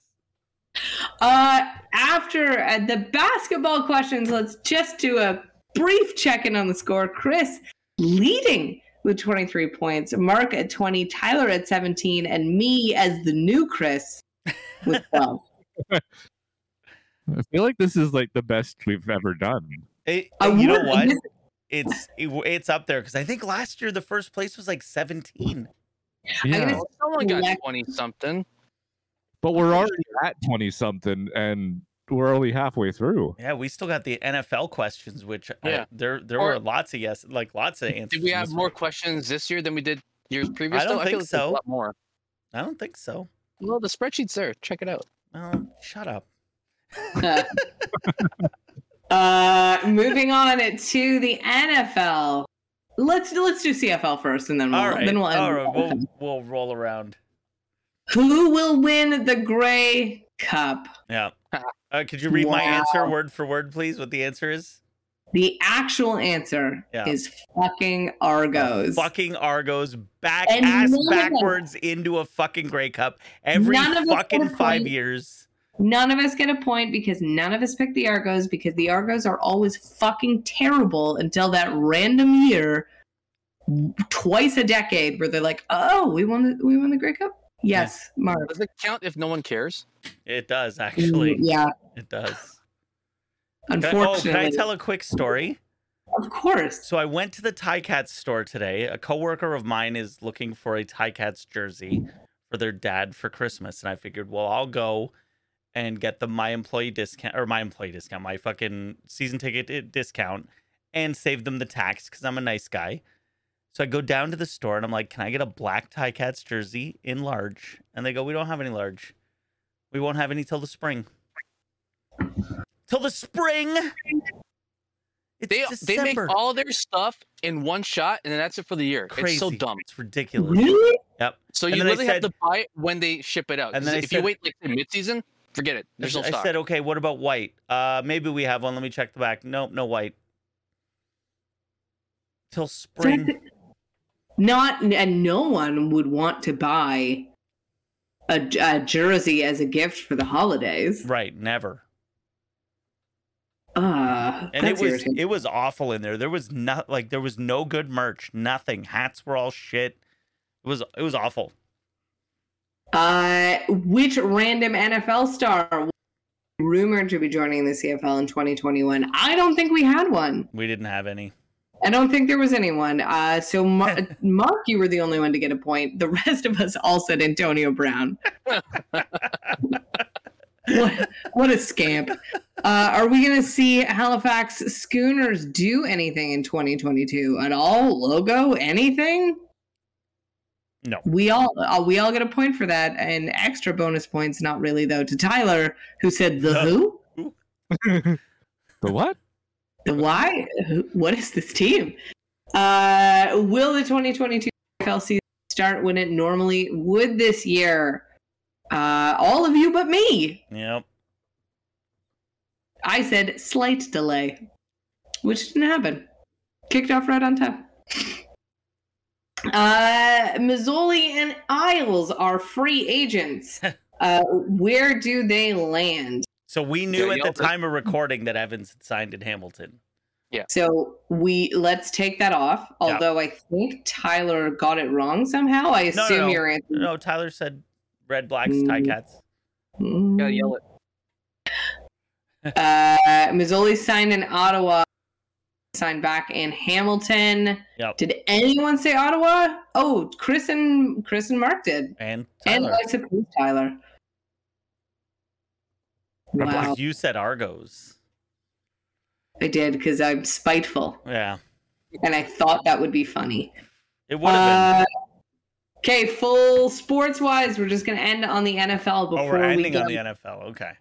Uh, after uh, the basketball questions, let's just do a brief check-in on the score. Chris leading with 23 points, Mark at 20, Tyler at 17, and me as the new Chris with 12. I feel like this is like the best we've ever done. It- I you know would- what? It's it, it's up there because I think last year the first place was like 17. Yeah. Yeah, guess- someone got Yeah. twenty something. but we're already at twenty something, and we're only halfway through. Yeah, we still got the NFL questions, which I- Yeah. there there Or- were lots of yes, like lots of answers. Did we in have this more one. questions this year than we did years previous? don't though? think feel like there's A so. lot more. I don't think so. Well, the spreadsheet's there. Check it out. Oh, shut up. uh, moving on to the NFL. Let's let's do CFL first, and then we'll All right, then we'll end. all with right, NFL. we'll we'll roll around. Who will win the Grey Cup? Yeah. Uh, could you read my answer Wow. word for word, please? What the answer is? The actual answer Yeah. is fucking Argos. Fucking Argos back And ass none of them- backwards into a fucking Grey Cup every None of us fucking got a five point. years. None of us get a point because none of us pick the Argos because the Argos are always fucking terrible until that random year, twice a decade, where they're like, "Oh, we won, the, we won the Grey Cup." Yes, Mark. Does it count if no one cares? It does Mm, actually. yeah. It does. Can I- oh, Unfortunately, can I tell a quick story? of course. So I went to the Tie Cats store today. A coworker of mine is looking for a Tie Cats jersey for their dad for Christmas, and I figured, well, I'll go and get them my employee discount or my employee discount, my fucking season ticket i- discount, and save them the tax because I'm a nice guy. So I go down to the store and I'm like, "Can I get a black Tie Cats jersey in large?" And they go, "We don't have any large. We won't have any till the spring." Till the spring. It's They they make December. all their stuff in one shot, and then that's it for the year. Crazy. It's so dumb. It's ridiculous. Really? Yep. So And you then I literally have said- to buy it when they ship it out. And 'cause then I if you said- wait like mid-season, forget it. There's no I stock. said, okay, what about white? Uh, maybe we have one. Let me check the back. Nope, no white. Till spring. not and no one would want to buy a, a jersey as a gift for the holidays right, never. Ah, and that's it was irritating. it was awful in there. There was not like there was no good merch, nothing. Hats were all shit. It was it was awful. Uh, which random NFL star rumored to be joining the CFL in 2021? I don't think we had one. We didn't have any. I don't think there was anyone. Uh, so Mar- Mark, you were the only one to get a point. The rest of us all said Antonio Brown. what, what a scamp. Uh, are we going to see Halifax Schooners do anything in 2022 at all? Logo, anything? No. We all uh, we all get a point for that, and extra bonus points. Not really though to Tyler, who said the No. who, the what? the why. Who- What is this team? Uh, will the 2022 NFL season start when it normally would this year? Uh, all of you but me. Yep. I said slight delay, which didn't happen. Kicked off right on time. Uh, Mazzoli and Isles are free agents. uh, where do they land? So we knew Yeah, at the y'all- time of recording that Evans had signed in Hamilton. So we let's take that off. Yeah. Although I think Tyler got it wrong somehow. I No, no, assume no. your answer. No, Tyler said red blacks, tie Mm. cats. Mm. Gotta yell it. Uh, Mazzoli signed in Ottawa, signed back in Hamilton. Yep. Did anyone say Ottawa? Oh, Chris and Chris and Mark did. And And Tyler. I suppose Tyler. Red blacks. Wow, You said Argos. I did because I'm spiteful, Yeah. and I thought that would be funny. It would have Uh, been. Okay, full sports wise, we're just gonna end on the NFL before Oh, we're we ending go, on the NFL. Okay.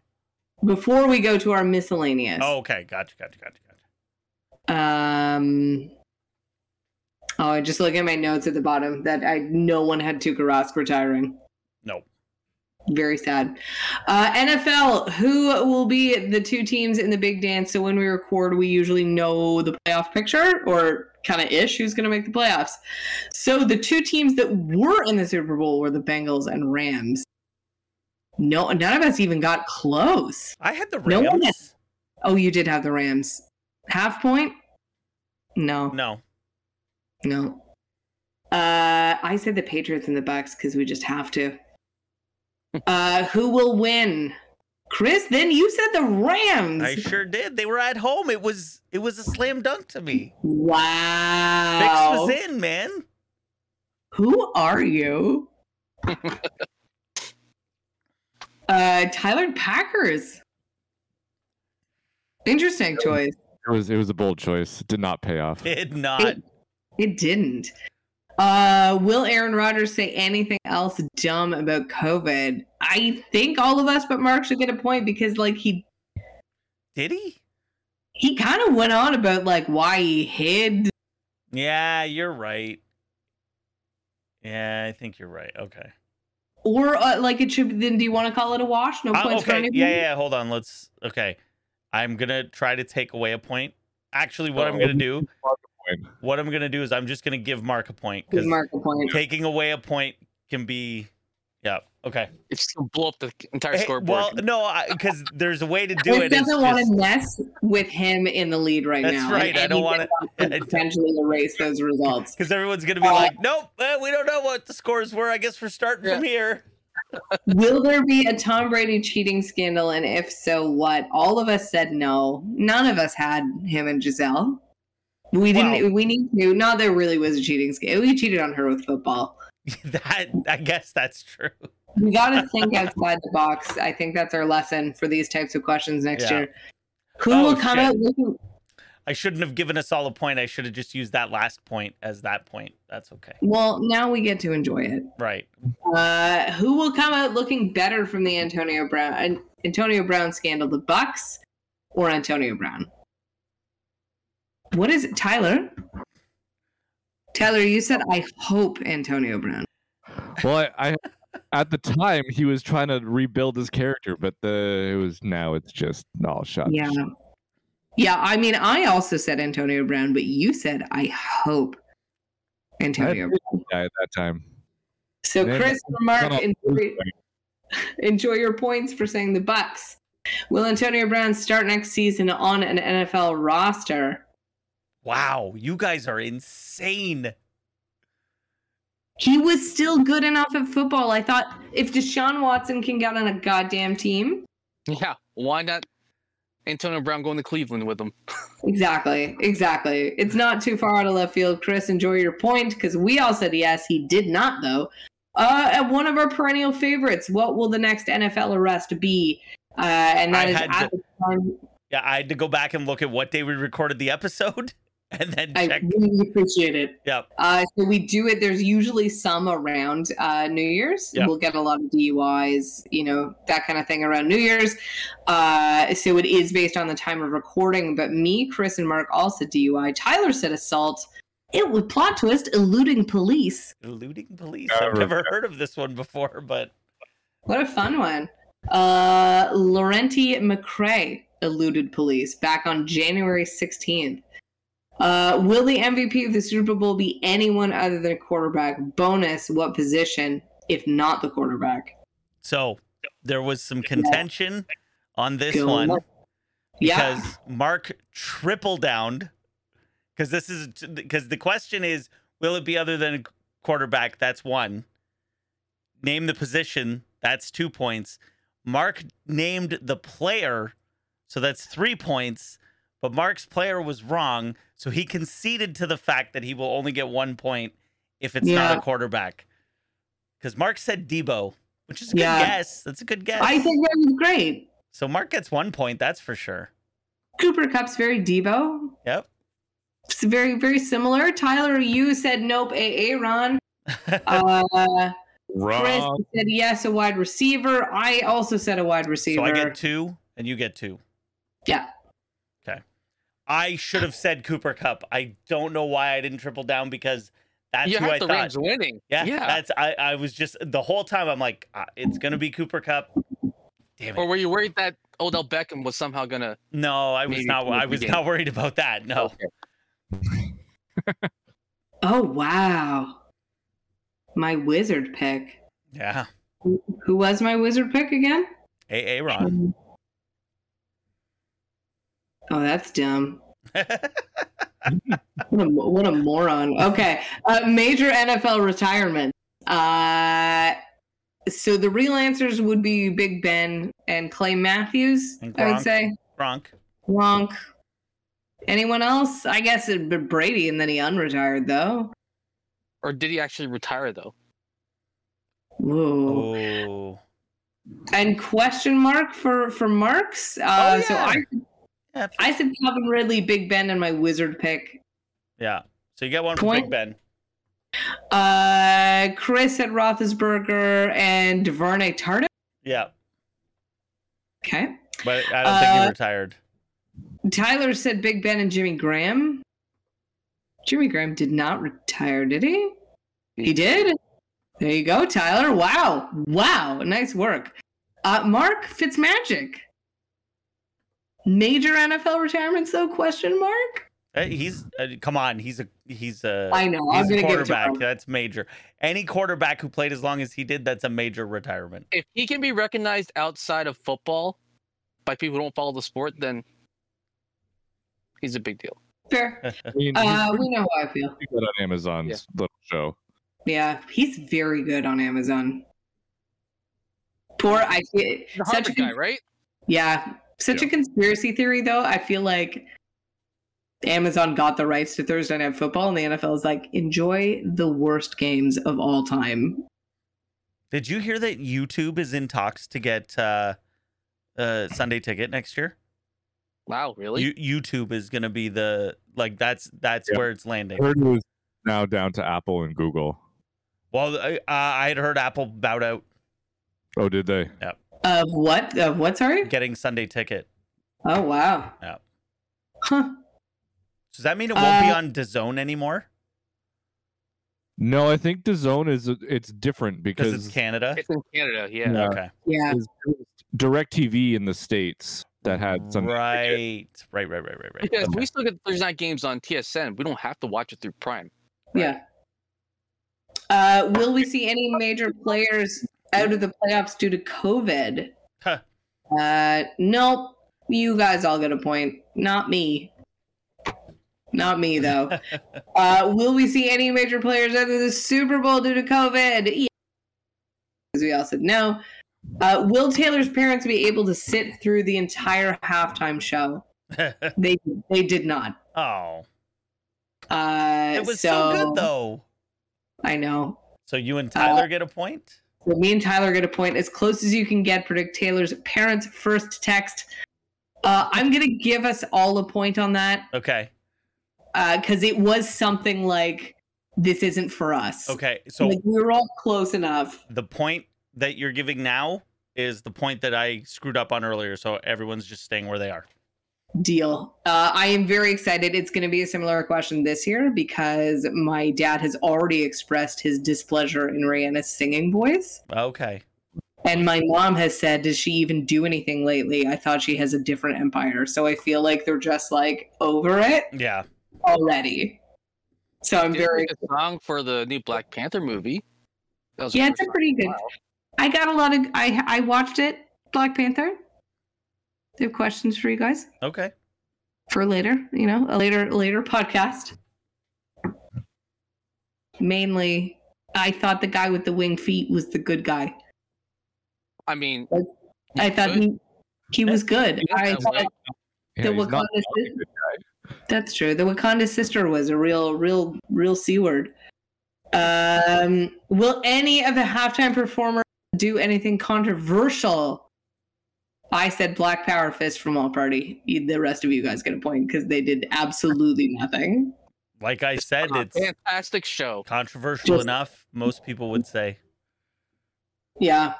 before we go to our miscellaneous. Oh, okay. Gotcha, gotcha, gotcha, gotcha. Um. Oh, I just look at my notes at the bottom that I no one had Tuukka Rask retiring. Nope. Very sad. Uh, NFL, who will be the two teams in the big dance? So when we record, we usually know the playoff picture or kind of ish who's going to make the playoffs. So the two teams that were in the Super Bowl were the Bengals and Rams. No, none of us even got close. I had the No one Rams. Oh, you did have the Rams. Half point? No. No. No. Uh, I said the Patriots and the Bucks because we just have to. uh, who will win? Chris, then you said the Rams. I sure did. They were at home. It was it was a slam dunk to me. Fix wow. was in, man. Who are you? uh, Tyler Packers. Interesting choice. It was it was a bold choice. It did not pay off. Did not. It didn't. Uh, will Aaron Rodgers say anything else dumb about COVID? I think all of us but Mark should get a point because like he Did he? he kind of went on about like why he hid. Yeah, you're right. Yeah, I think you're right. Okay. Or uh, like it should. Then do you want to call it a wash? No Uh, points for okay. Yeah, anything. yeah, yeah, hold on. Let's Okay. I'm going to try to take away a point. Actually, what I'm Uh-oh. going to do, Oh, Mark a point. what I'm going to do is I'm just going to give Mark a point Give cuz Mark a point. taking away a point can be yeah. Okay. If you can blow up the entire Hey, scoreboard. well, no, because there's a way to do Chris it. It's doesn't want just- to mess with him in the lead right That's now. right, I don't wanna- to potentially erase those results. because everyone's gonna be Uh, like, "Nope, uh, we don't know what the scores were. I guess we're starting from here." Will there be a Tom Brady cheating scandal? And if so, what? All of us said no. None of us had him and Giselle. We didn't. Wow. We need to. Not there really was a cheating scandal. We cheated on her with football. that I guess that's true. We got to think outside the box. I think that's our lesson for these types of questions next Yeah. year. Who Oh, will come shit. out looking? I shouldn't have given us all a point. I should have just used that last point as that point. That's okay. Well, now we get to enjoy it. Right. Uh, who will come out looking better from the Antonio Brown An- Antonio Brown scandal? The Bucks or Antonio Brown? What is it, Tyler? Tyler, you said I hope Antonio Brown. Well, I, I at the time he was trying to rebuild his character, but the it was now it's just all shot. to Yeah. shit. Yeah, I mean, I also said Antonio Brown, but you said I hope I Antonio had Brown. this guy at that time. So Then- Chris remarked Shut up. enjoy, enjoy your points for saying the Bucks. Will Antonio Brown start next season on an NFL roster? Wow, you guys are insane. He was still good enough at football. I thought if Deshaun Watson can get on a goddamn team, Yeah, why not? Antonio Brown going to Cleveland with him. Exactly. Exactly. It's not too far out of left field. Chris, enjoy your point because we all said yes. He did not, though. Uh, and one of our perennial favorites. What will the next NFL arrest be? Uh, and that I is had at the time. Yeah, I had to go back and look at what day we recorded the episode and then I check. really appreciate it. Yep. Uh, so we do it. There's usually some around uh, New Year's. Yeah. We'll get a lot of DUIs, you know, that kind of thing around New Year's. Uh, so it is based on the time of recording. But me, Chris, and Mark all said DUI. Tyler said assault. It was plot twist, eluding police. Eluding police. Yeah, I I've never heard of this one before, but What a fun one. Uh, Laurenti McRae eluded police back on January 16th. Uh, will the MVP of the Super Bowl be anyone other than a quarterback? Bonus, what position, if not the quarterback? so there was some contention on this Go one on. Yeah. because Mark triple downed because this is because the question is will it be other than a quarterback? That's one. Name the position. That's two points. Mark named the player, so that's three points. But Mark's player was wrong, so he conceded to the fact that he will only get one point if it's not Yeah. a quarterback. Because Mark said Debo, which is a good Yeah. guess. That's a good guess. I think that was great. so Mark gets one point, that's for sure. Cooper Cup's very Debo. Yep. It's very, very similar. Tyler, you said nope, Aaron. Uh, Chris Wrong. said yes, a wide receiver. I also said a wide receiver. So I get two, and you get two. Yeah. Okay. I should have said Cooper Cup. I don't know why I didn't triple down because that's you who have I the thought. Rams winning. yeah, yeah. that's I. I was just the whole time. I'm like, ah, it's gonna be Cooper Cup. Damn it! Or were you worried that Odell Beckham was somehow gonna? no, I was maybe not. from the I was beginning. not worried about that. No. Okay. Oh wow. My wizard pick. Yeah. Who who was my wizard pick again? Hey, Aaron. Oh, that's dumb. What a, what a moron. Okay. Uh, major NFL retirement. Uh, so the real answers would be Big Ben and Clay Matthews, And I Gronk. would say. Gronk. Gronk. Anyone else? I guess it'd be Brady, and then he unretired, though. Or did he actually retire though? Whoa. Oh. And question mark for for marks. Uh, Oh, So yeah. I Yeah. I said Calvin Ridley, Big Ben, and my wizard pick. Yeah. So you get one Point. for Big Ben. Uh, Chris at Roethlisberger and Deverne Tardif. Yeah. Okay. But I don't think Uh, he retired. Tyler said Big Ben and Jimmy Graham. Jimmy Graham did not retire, did he? He did. There you go, Tyler. Wow. Wow. Nice work. Uh, Mark Fitzmagic. Major NFL retirements, though? Question mark. Hey, He's uh, come on. He's a he's a I know. I'm Uh, He's a going to give it to quarterback. him. That's major. Any quarterback who played as long as he did, that's a major retirement. If he can be recognized outside of football by people who don't follow the sport, then he's a big deal. Fair. I mean, Um, he's Uh, we know how I feel. pretty good on Amazon's little show. Yeah, he's very good on Amazon. Poor, I feel The such a Harvard guy, right? yeah, such a Yeah. conspiracy theory though. I feel like Amazon got the rights to Thursday Night Football, and the NFL is like, enjoy the worst games of all time. Did you hear that YouTube is in talks to get uh, uh, Sunday Ticket next year? Wow, really? You- YouTube is going to be the like that's that's Yeah. where it's I landing. heard it was now down to Apple and Google. Well, I, I had heard Apple bowed out Oh, did they? Of what? Of what? Sorry. getting Sunday Ticket. Oh wow. Yeah. Huh. Does that mean it won't be Uh, on DAZN anymore No, I think DAZN is it's different because because it's Canada? It's in Canada, yeah. Yeah. Okay, Yeah. DirecTV in the states that had some right, right, right, right, right, right. Because Okay. we still get there's not games on TSN. We don't have to watch it through Prime. Yeah. Uh, will we see any major players out of the playoffs due to COVID? Huh. Uh, nope. You guys all get a point. Not me. Not me though. uh, will we see any major players after the Super Bowl due to COVID? Yeah. 'Cause we all said no. Uh, will Taylor's parents be able to sit through the entire halftime show? They they did not. oh, Uh, it was so good though. I know. So you Uh, and Tyler get a point. So me and Tyler get a point as close as you can get. Predict Taylor's parents' first text. Uh, I'm gonna give us all a point on that Okay. because it was something like this isn't for us. Okay. So like, we were all close enough. the point that you're giving now is the point that I screwed up on earlier. So everyone's just staying where they are. Deal. Uh, I am very excited. It's going to be a similar question this year because my dad has already expressed his displeasure in Rihanna's singing voice. Okay. And my mom has said, Does she even do anything lately? I thought she has a different empire. So I feel like they're just like over it Yeah. already. So I'm very. a song for the new Black Panther movie. That was Yeah, it's a pretty good. Wow. I got a lot of. I I watched it, Black Panther. They have questions for you guys Okay. for later. You know, a later later podcast. Mainly, I thought the guy with the winged feet was the good guy. I mean, I thought Good. he he was good. Yeah, I that thought way. Yeah, The he's not Wakanda a good guy. That's true. The Wakanda sister was a real, real, real C word. Um, will any of the halftime performers do anything controversial? I said Black Power Fist from All Party. You- The rest of you guys get a point because they did absolutely nothing. Like I said, a it's fantastic show. controversial Just- enough. Most people would say Yeah.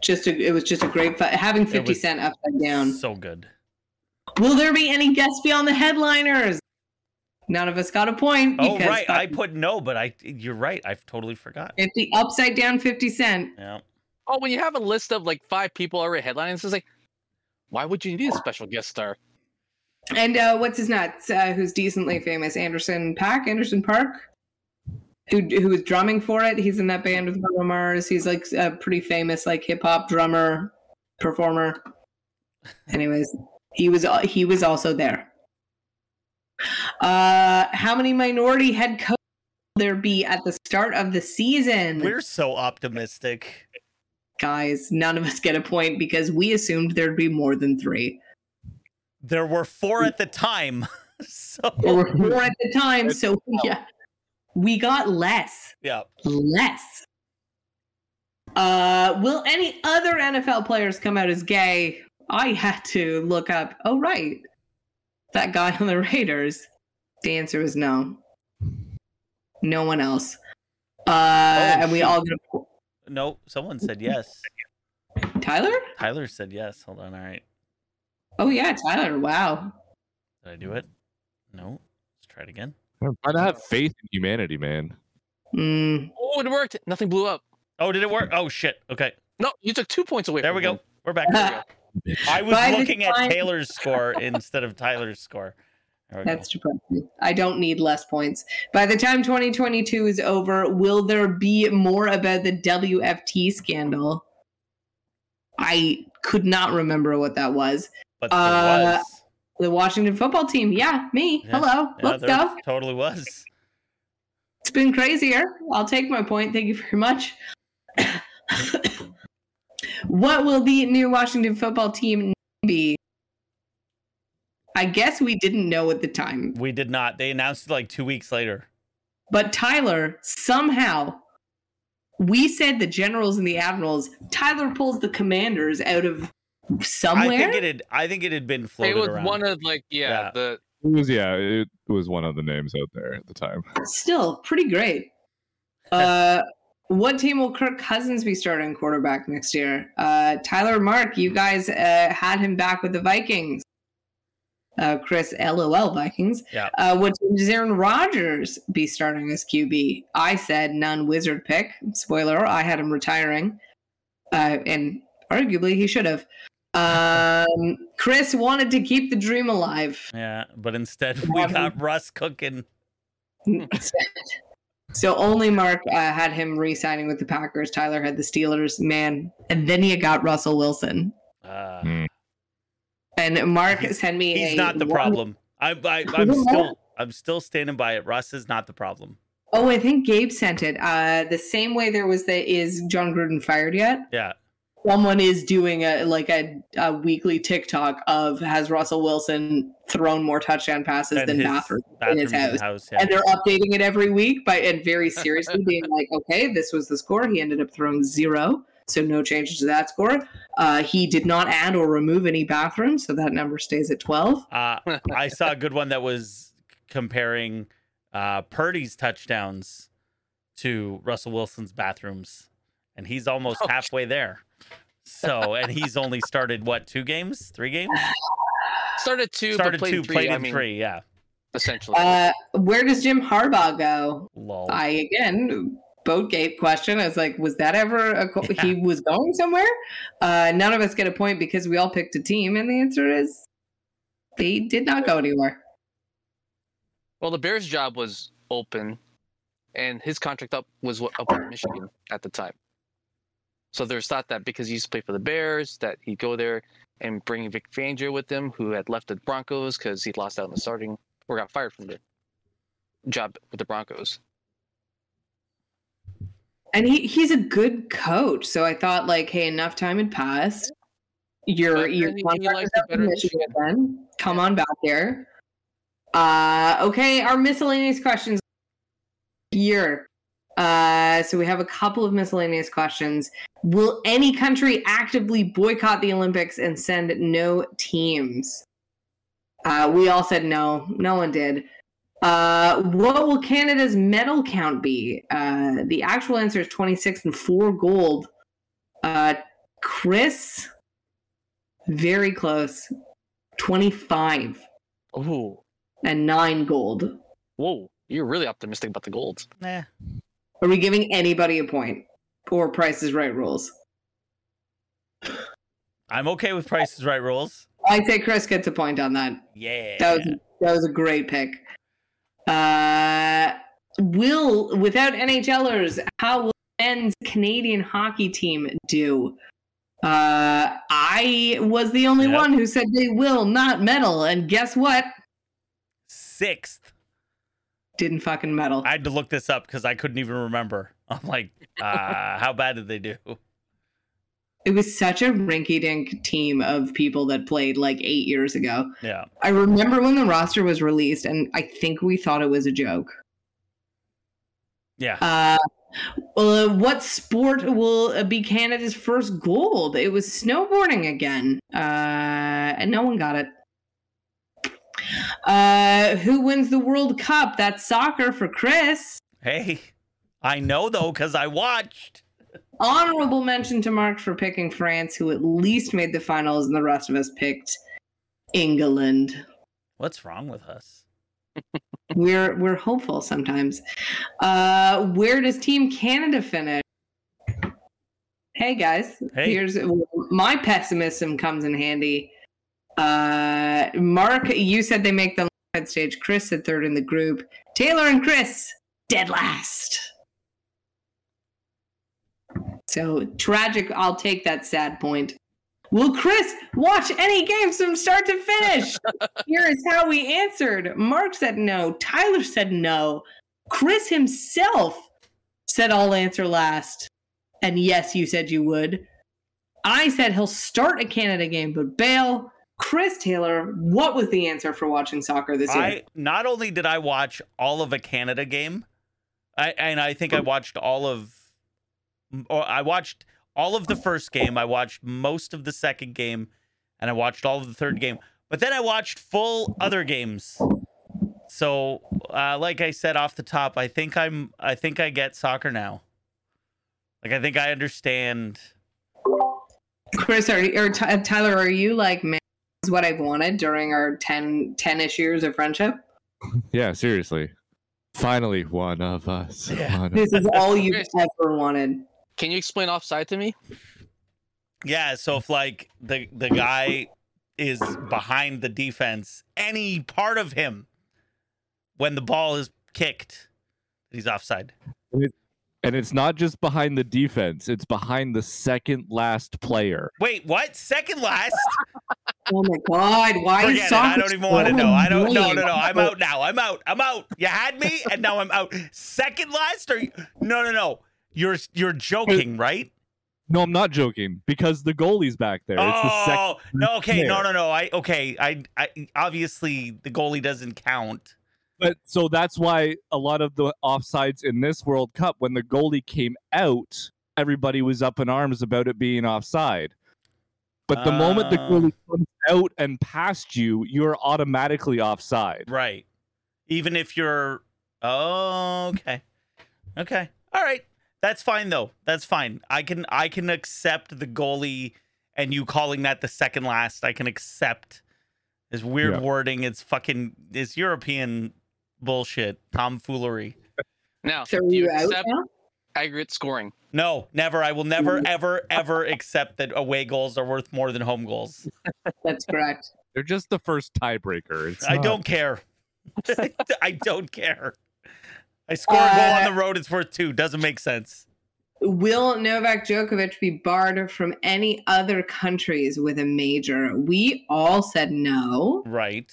Just a, it was just a great fi- having It 50 was- Cent upside down. so good. Will there be any guests beyond the headliners? None of us got a point. Oh because right, I put no, but I you're right. I've totally forgot. 50 upside down 50 Cent. Yeah. Oh, when you have a list of like five people already headlining, it's just like, why would you need a special guest star? And uh, what's his nuts? Uh, who's decently famous? Anderson Pack, Anderson Park, who who is drumming for it. He's in that band with Bruno Mars. He's like a pretty famous like hip hop drummer performer. Anyways, he was he was also there. Uh, how many minority head coaches will there be at the start of the season? We're so optimistic. Guys, none of us get a point because we assumed there'd be more than three. There were four at the time. So There were four at the time, so yeah, we got less. yeah. less. Uh, will any other NFL players come out as gay? I had to look up. Oh, right. That guy on the Raiders. The answer is no. No one else. Uh, and we shoot. all get a po- No, someone said yes. Tyler? Tyler said yes. Hold on. All right. Oh, yeah, Tyler. Wow. Did I do it? No. Let's try it again. Why not have faith in humanity, man? Mm, Oh, it worked. Nothing blew up. Oh, did it work? Oh shit. Okay. No, you took two points away. There from we go. me. We're back. Uh, There we go. I was By the looking at time- Taylor's score instead of Tyler's score. There we go. that's depressing. I don't need less points. By the time 2022 is over, will there be more about the WFT scandal? I could not remember what that was. But there uh, was. The Washington football team. Yeah, me. Yeah. Hello. Yeah, Let's there go. Totally was. It's been crazier. I'll take my point. Thank you very much. what will the new Washington football team be? I guess we didn't know at the time. We did not. They announced it like two weeks later. But Tyler, somehow, we said the generals and the admirals. Tyler pulls the commanders out of somewhere. I think it had. I think it had been floated It was around. one of like yeah, Yeah. the It was yeah, it was one of the names out there at the time. still pretty great. Uh, what team will Kirk Cousins be starting quarterback next year? Uh, Tyler Mark, you guys uh, had him back with the Vikings. Uh, Chris, LOL Vikings. Yeah. Uh, what team does Aaron Rodgers be starting as QB? I said none wizard pick. Spoiler, I had him retiring. Uh, and arguably he should have. Um, Chris wanted to keep the dream alive. yeah, but instead we got Russ cooking. so only Mark uh, had him re-signing with the Packers. Tyler had the Steelers. Man, and then you got Russell Wilson. Uh, Hmm. And Mark sent me. he's a not the one- problem. I, I, I'm still I'm still standing by it. Russ is not the problem. Oh, I think Gabe sent it. Uh, the same way there was the is John Gruden fired yet? Yeah. Someone is doing a like a, a weekly TikTok of has Russell Wilson thrown more touchdown passes And than his bathroom, in his Bathrooms house. and house. Yeah. And they're updating it every week by and very seriously being like, okay, this was the score. He ended up throwing zero, so no changes to that score. Uh, he did not add or remove any bathrooms, so that number stays at twelve. Uh, I saw a good one that was comparing uh, Purdy's touchdowns to Russell Wilson's bathrooms, and he's almost Oh, halfway there. So, and he's only started what two games, three games? Started two, but started played two, three. played I in mean, three. Yeah, essentially. Uh, where does Jim Harbaugh go? lol. I again boatgate question. I was like, was that ever a co- Yeah. he was going somewhere? Uh, none of us get a point because we all picked a team, and the answer is they did not go anywhere. well, the Bears' job was open, and his contract up was what, up in Michigan at the time. So there's thought that because he used to play for the Bears, that he'd go there and bring Vic Fangio with him, who had left the Broncos because he lost out on the starting or got fired from the job with the Broncos. And he, he's a good coach, so I thought like, hey, enough time had passed. Your But your apparently he contract liked is it up in better in Michigan then. Come on back here. Uh, okay, our miscellaneous questions here. Uh, so we have a couple of miscellaneous questions. Will any country actively boycott the Olympics and send no teams? Uh, we all said no. No one did. Uh, what will Canada's medal count be? Uh, the actual answer is 26 and four gold. Uh, Chris, very close. 25 Oh, and nine gold. whoa! You're really optimistic about the gold. Nah. Are we giving anybody a point or Price is Right rules? I'm okay with Price's Right rules. I say Chris gets a point on that. Yeah. That was that was a great pick. Uh, will without NHLers, how will men's Canadian hockey team do? Uh, I was the only Yep. one who said they will not medal, and guess what? Sixth. Didn't fucking medal. I had to look this up because I couldn't even remember. I'm like, uh, how bad did they do? it was such a rinky-dink team of people that played like eight years ago. Yeah. I remember when the roster was released, and I think we thought it was a joke. Yeah. Uh, uh, what sport will uh, be Canada's first gold? It was snowboarding again, uh, and no one got it. Uh, who wins the World Cup? That's soccer for Chris. Hey, I know though because I watched. Honorable mention to Mark for picking France, who at least made the finals, and the rest of us picked England. What's wrong with us? we're we're hopeful sometimes. Uh, where does Team Canada finish? Hey guys, Hey. here's my pessimism comes in handy. Uh, Mark, you said they make the head stage. Chris said third in the group. Taylor and Chris dead last. So tragic. I'll take that sad point. Will Chris watch any games from start to finish? Here is how we answered. Mark said no. Tyler said no. Chris himself said I'll answer last. And yes, you said you would. I said he'll start a Canada game, but bail. Chris Taylor, what was the answer for watching soccer this year? I not only did I watch all of a Canada game, I and I think I watched all of, or I watched all of the first game. I watched most of the second game, and I watched all of the third game. But then I watched full other games. So, uh, like I said off the top, I think I'm. I think I get soccer now. Like I think I understand. Chris, are, or Ty uh, Tyler, are you like, man, this is what I've wanted during our 10 10-ish years of friendship? Yeah, seriously. Finally, one of us. Yeah. One of- This is all you've Chris. ever wanted. Can you explain offside to me? Yeah, so if like the the guy is behind the defense, any part of him when the ball is kicked, he's offside. And it's not just behind the defense, it's behind the second last player. Wait, what? Second last? Oh my god, why Forget is it. soccer I don't even want to know. I don't. No, annoying? no, no. I'm out now. I'm out. I'm out. You had me, and now I'm out. Second last, or you- no, no, no. You're you're joking, right? No, I'm not joking because the goalie's back there. It's the second. Oh no. Okay. No, no, player. no. I okay. I I obviously the goalie doesn't count. But so that's why a lot of the offsides in this World Cup, when the goalie came out, everybody was up in arms about it being offside. But the moment the Ah. goalie comes out and past you, you're automatically offside. Right. Even if you're oh, okay. Okay. All right. That's fine though. That's fine. I can I can accept the goalie and you calling that the second last. I can accept this weird Yeah. wording. It's fucking it's European bullshit, tomfoolery. Now, So do are you you out accept now? aggregate scoring? No, never. I will never, ever, ever accept that away goals are worth more than home goals. That's correct. They're just the first tiebreaker. It's I not- don't care. I don't care. I score a goal on Uh, the road, it's worth two. Doesn't make sense. Will Novak Djokovic be barred from any other countries with a major? We all said no. Right.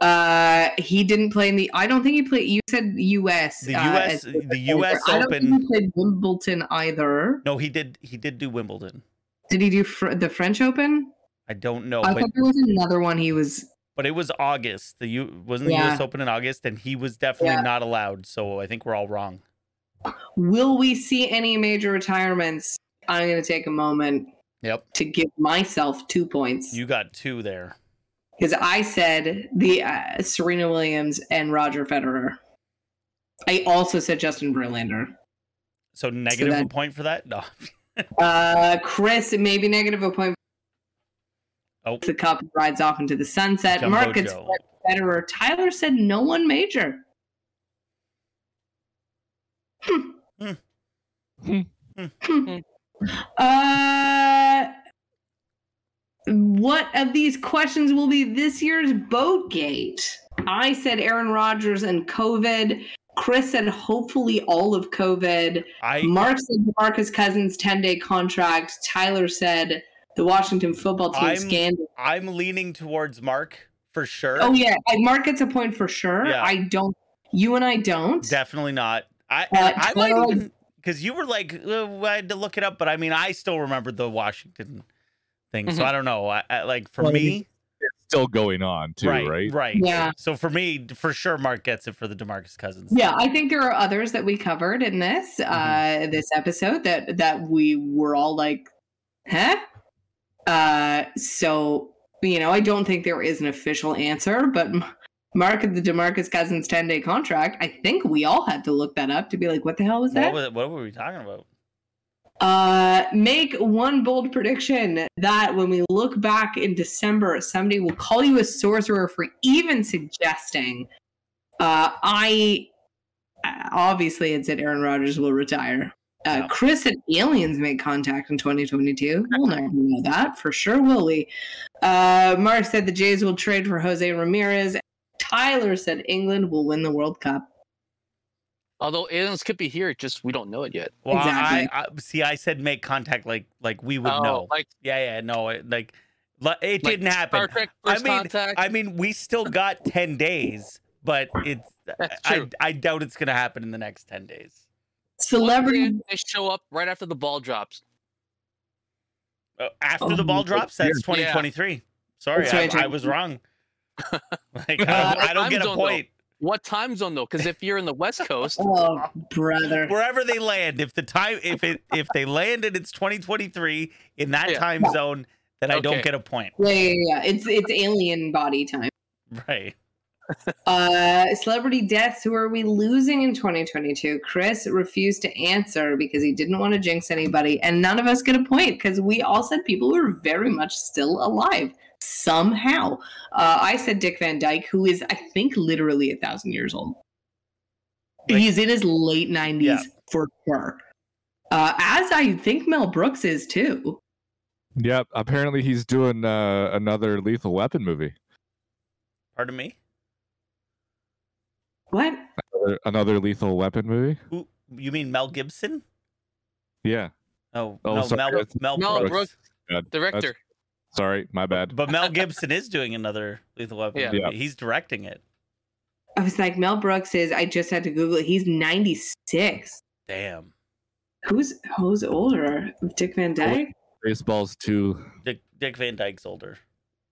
Uh, he didn't play in the. I don't think he played. You said U.S. The uh, US as- the US I don't think he Open. played Wimbledon either. No, he did he did do Wimbledon. Did he do fr- the French Open? I don't know, I but thought there was another one he was. but it was August. The U wasn't the Yeah. US Open in August and he was definitely not allowed, so I think we're all wrong. Will we see any major retirements? I'm going to take a moment Yep. to give myself two points. You got two there. because I said the uh, Serena Williams and Roger Federer. I also said Justin Verlander. So negative a that- point for that? No. Uh, Chris, maybe negative a point. Oh. The cup rides off into the sunset. Jumbo Markets Joe. said Federer. Tyler said no one major. Hmm. Hmm. Hmm. Hmm. Uh, what of these questions will be this year's boat gate? I said Aaron Rodgers and COVID. Chris said hopefully all of COVID. I Mark said Marcus Cousins 10 day contract. Tyler said the Washington football team I'm- scandal. I'm leaning towards Mark for sure. Oh, yeah. I- Mark gets a point for sure. Yeah. I don't. You and I don't. Definitely not. Uh, I I might Tyler- even because you were like "Oh, I had to look it up, but I mean I still remembered the Washington thing, Mhm. so Mm-hmm. I don't know. I, I, like for Well, me, you- It's still going on, too, right? right? Yeah. So for me, for sure, Mark gets it for the Demarcus Cousins. Yeah, I think there are others that we covered in this uh, Mm-hmm. this episode that that we were all like, huh? Uh, so you know, I don't think there is an official answer, but M- Mark the Demarcus Cousins ten day contract. I think we all had to look that up to be like, what the hell was What, that? was, what were we talking about? uh, make one bold prediction that when we look back in December, somebody will call you a sorcerer for even suggesting. Uh, I I- obviously had said Aaron Rodgers will retire. Uh, Yeah. Chris and aliens made contact in 2022. We'll never know that for sure, will we? Uh, Mark said the Jays will trade for Jose Ramirez. Tyler said England will win the World Cup. Although aliens could be here, just we don't know it yet. Well, Exactly. I, I see. I said make contact, like like we would Oh, know. like yeah, yeah, no, it, like li- it Like didn't happen. Star Trek I first mean, contact. I mean, we still got ten days, but it's That's I, true. I doubt it's gonna happen in the next ten days. Celebrity They show up right after the ball drops. Uh, after Oh, the ball drops, that's yeah. 2023. Sorry, That's I, right, I right. was wrong. Like I don't, Uh, I don't I'm get a zoned out. point. What time zone though? Because if you're in the West Coast, Oh, brother. Wherever they land, if the time if it if they land and it's 2023 in that Yeah. time zone, then I don't Okay. get a point. Yeah, yeah, yeah. It's it's alien body time. Right. Uh celebrity deaths who are we losing in 2022? Chris refused to answer because he didn't want to jinx anybody and none of us get a point cuz we all said people who are very much still alive somehow. Uh I said Dick Van Dyke who is I think literally a 1000 years old. Like- He's in his late 90s Yeah. for sure. Uh as I think Mel Brooks is too. Yep. Apparently, he's doing uh, another Lethal Weapon movie, Pardon me. What? another Uh, Lethal Weapon movie. Who You mean Mel Gibson? Yeah. Oh, Oh, no, sorry, Mel, that's- Mel, Mel Brooks. Brooks. God, Director. Sorry, my bad. But Mel Gibson is doing another Lethal Weapon. Yeah. movie. Yeah. He's directing it. I was like, Mel Brooks is. I just had to Google it. He's 96. Damn. Who's who's older? Dick Oh, Van Dyke? Baseballs too. Dick, Dick Van Dyke's older.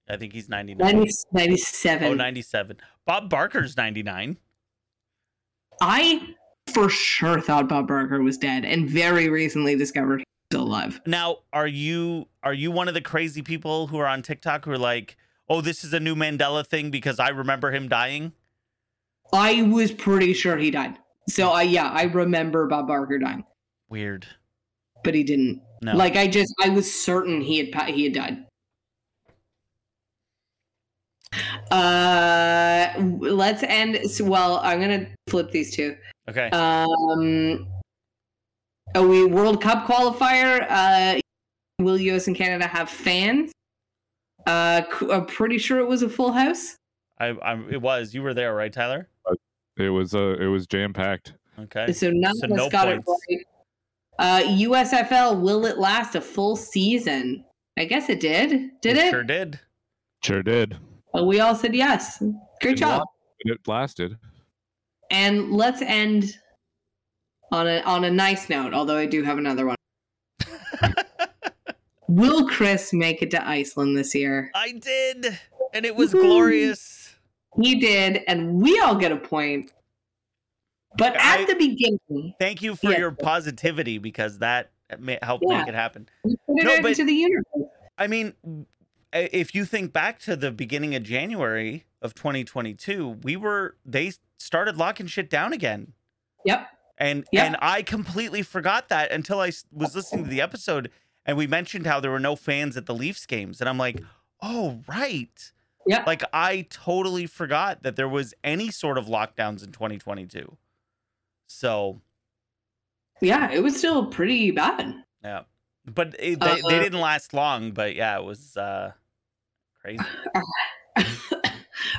I think he's 99. 90, Oh, 97. 97. Bob Barker's 99. I for sure thought Bob Barker was dead and very recently discovered he's still alive. Now, are you are you one of the crazy people who are on TikTok who are like, "Oh, this is a new Mandela thing because I remember him dying"? I was pretty sure he died. So I yeah, I remember Bob Barker dying, Weird. but he didn't. No. Like I just I was certain he had pa- he had died. Uh w- let's end so, well, I'm going to flip these two. okay. uh, Um, are we World Cup qualifier? Uh, will U.S. and Canada have fans? Uh, c- I'm pretty sure it was a full house. I, I it was you were there, right, Tyler? It was uh, it was jam packed. Okay. So none So of us no got points. it right. Uh, USFL will it last a full season? I guess it did. Did it? Sure did. Sure did. Well, we all said yes. Great It job. And It lasted. And let's end on a on a nice note. Although I do have another one. will Chris make it to Iceland this year? I did, and it was Woohoo. glorious. He did, and we all get a point. But I- at the beginning, Thank you for Yeah. your positivity because that ma- helped Yeah. make it happen. we put it No, out but- into the universe. I mean, i- if you think back to the beginning of January of 2022, we were they started locking shit down again. Yep. And Yeah. and I completely forgot that until I s- was listening to the episode and we mentioned how there were no fans at the Leafs games and I'm like, "Oh, right." Yeah. Like I totally forgot that there was any sort of lockdowns in 2022. So, Yeah, it was still pretty bad. yeah. But it, they, they Uh, didn't last long, but yeah, it was uh crazy.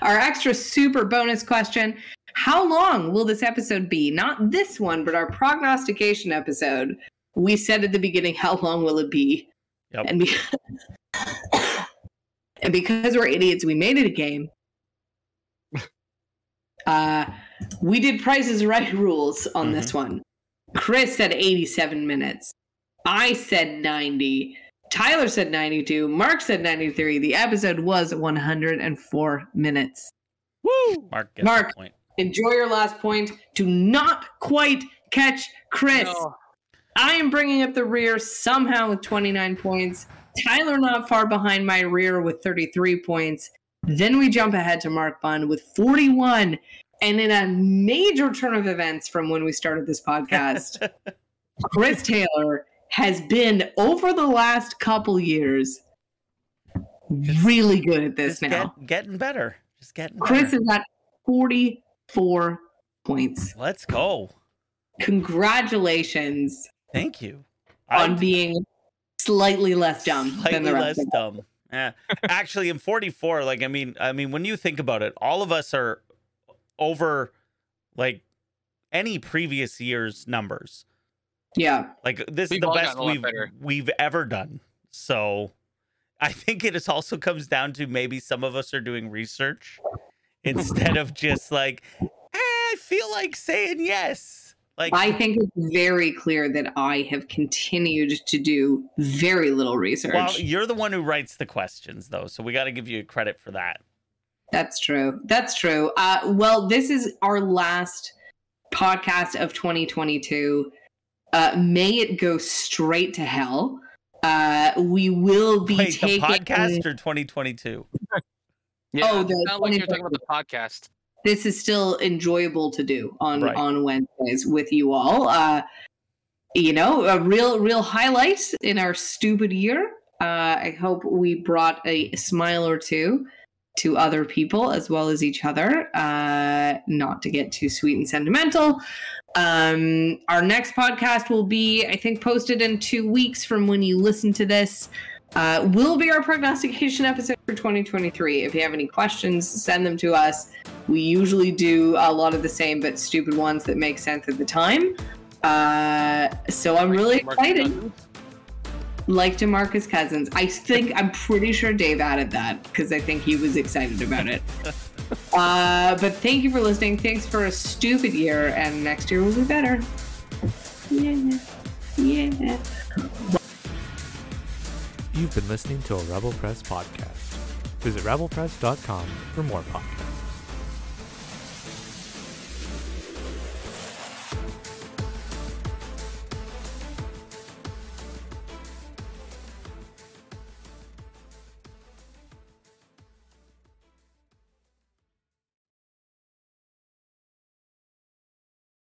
Our extra super bonus question How long will this episode be? Not this one, but our prognostication episode. We said at the beginning, How long will it be? Yep. And, be- and because we're idiots, we made it a game. Uh, we did prices right rules on this one. Chris said 87 minutes. I said 90. Tyler said 92. Mark said 93. The episode was 104 minutes. Woo! Mark gets Mark. the point. Enjoy your last point. Do not quite catch Chris. No. I am bringing up the rear somehow with 29 points. Tyler not far behind my rear with 33 points. Then we jump ahead to Mark Bund with 41. And in a major turn of events from when we started this podcast, Chris Taylor has been over the last couple years really good at this Just now. get, getting better. Just getting Chris better. is at 44 points. Let's go. Congratulations Thank you. on being slightly less dumb than the Slightly rest. less of us. dumb. Yeah. Actually, in 44, like I mean, I mean, when you think about it, all of us are over like any previous year's numbers. Yeah. Like this We've is the all best gotten a lot we've better. we've ever done. So I think it is also comes down to maybe some of us are doing research instead of just like "Eh, I feel like saying yes. Like I think it's very clear that I have continued to do very little research. Well, you're the one who writes the questions, though, so we got to give you credit for that. That's true. That's true. Uh, well, this is our last podcast of 2022. Uh, may it go straight to hell. Uh, we will be Wait, the taking podcast or 2022? Yeah. Oh, the sound like you're talking about the podcast. this is still enjoyable to do on Right. on Wednesdays with you all. Uh, you know, a real real highlight in our stupid year. Uh, I hope we brought a smile or two to other people as well as each other. Uh, not to get too sweet and sentimental. Um, our next podcast will be, I think, posted in two weeks from when you listen to this. Uh, will be our prognostication episode for 2023. If you have any questions, send them to us. We usually do a lot of the same but stupid ones that make sense at the time. Uh, so I'm really Mark excited. Cousins. Like DeMarcus Cousins. I think I'm pretty sure Dave added that because I think he was excited about it. Uh, but thank you for listening. Thanks for a stupid year, and next year will be better. Yeah. Yeah. You've been listening to a Rebel Press podcast. Visit rebelpress.com for more podcasts.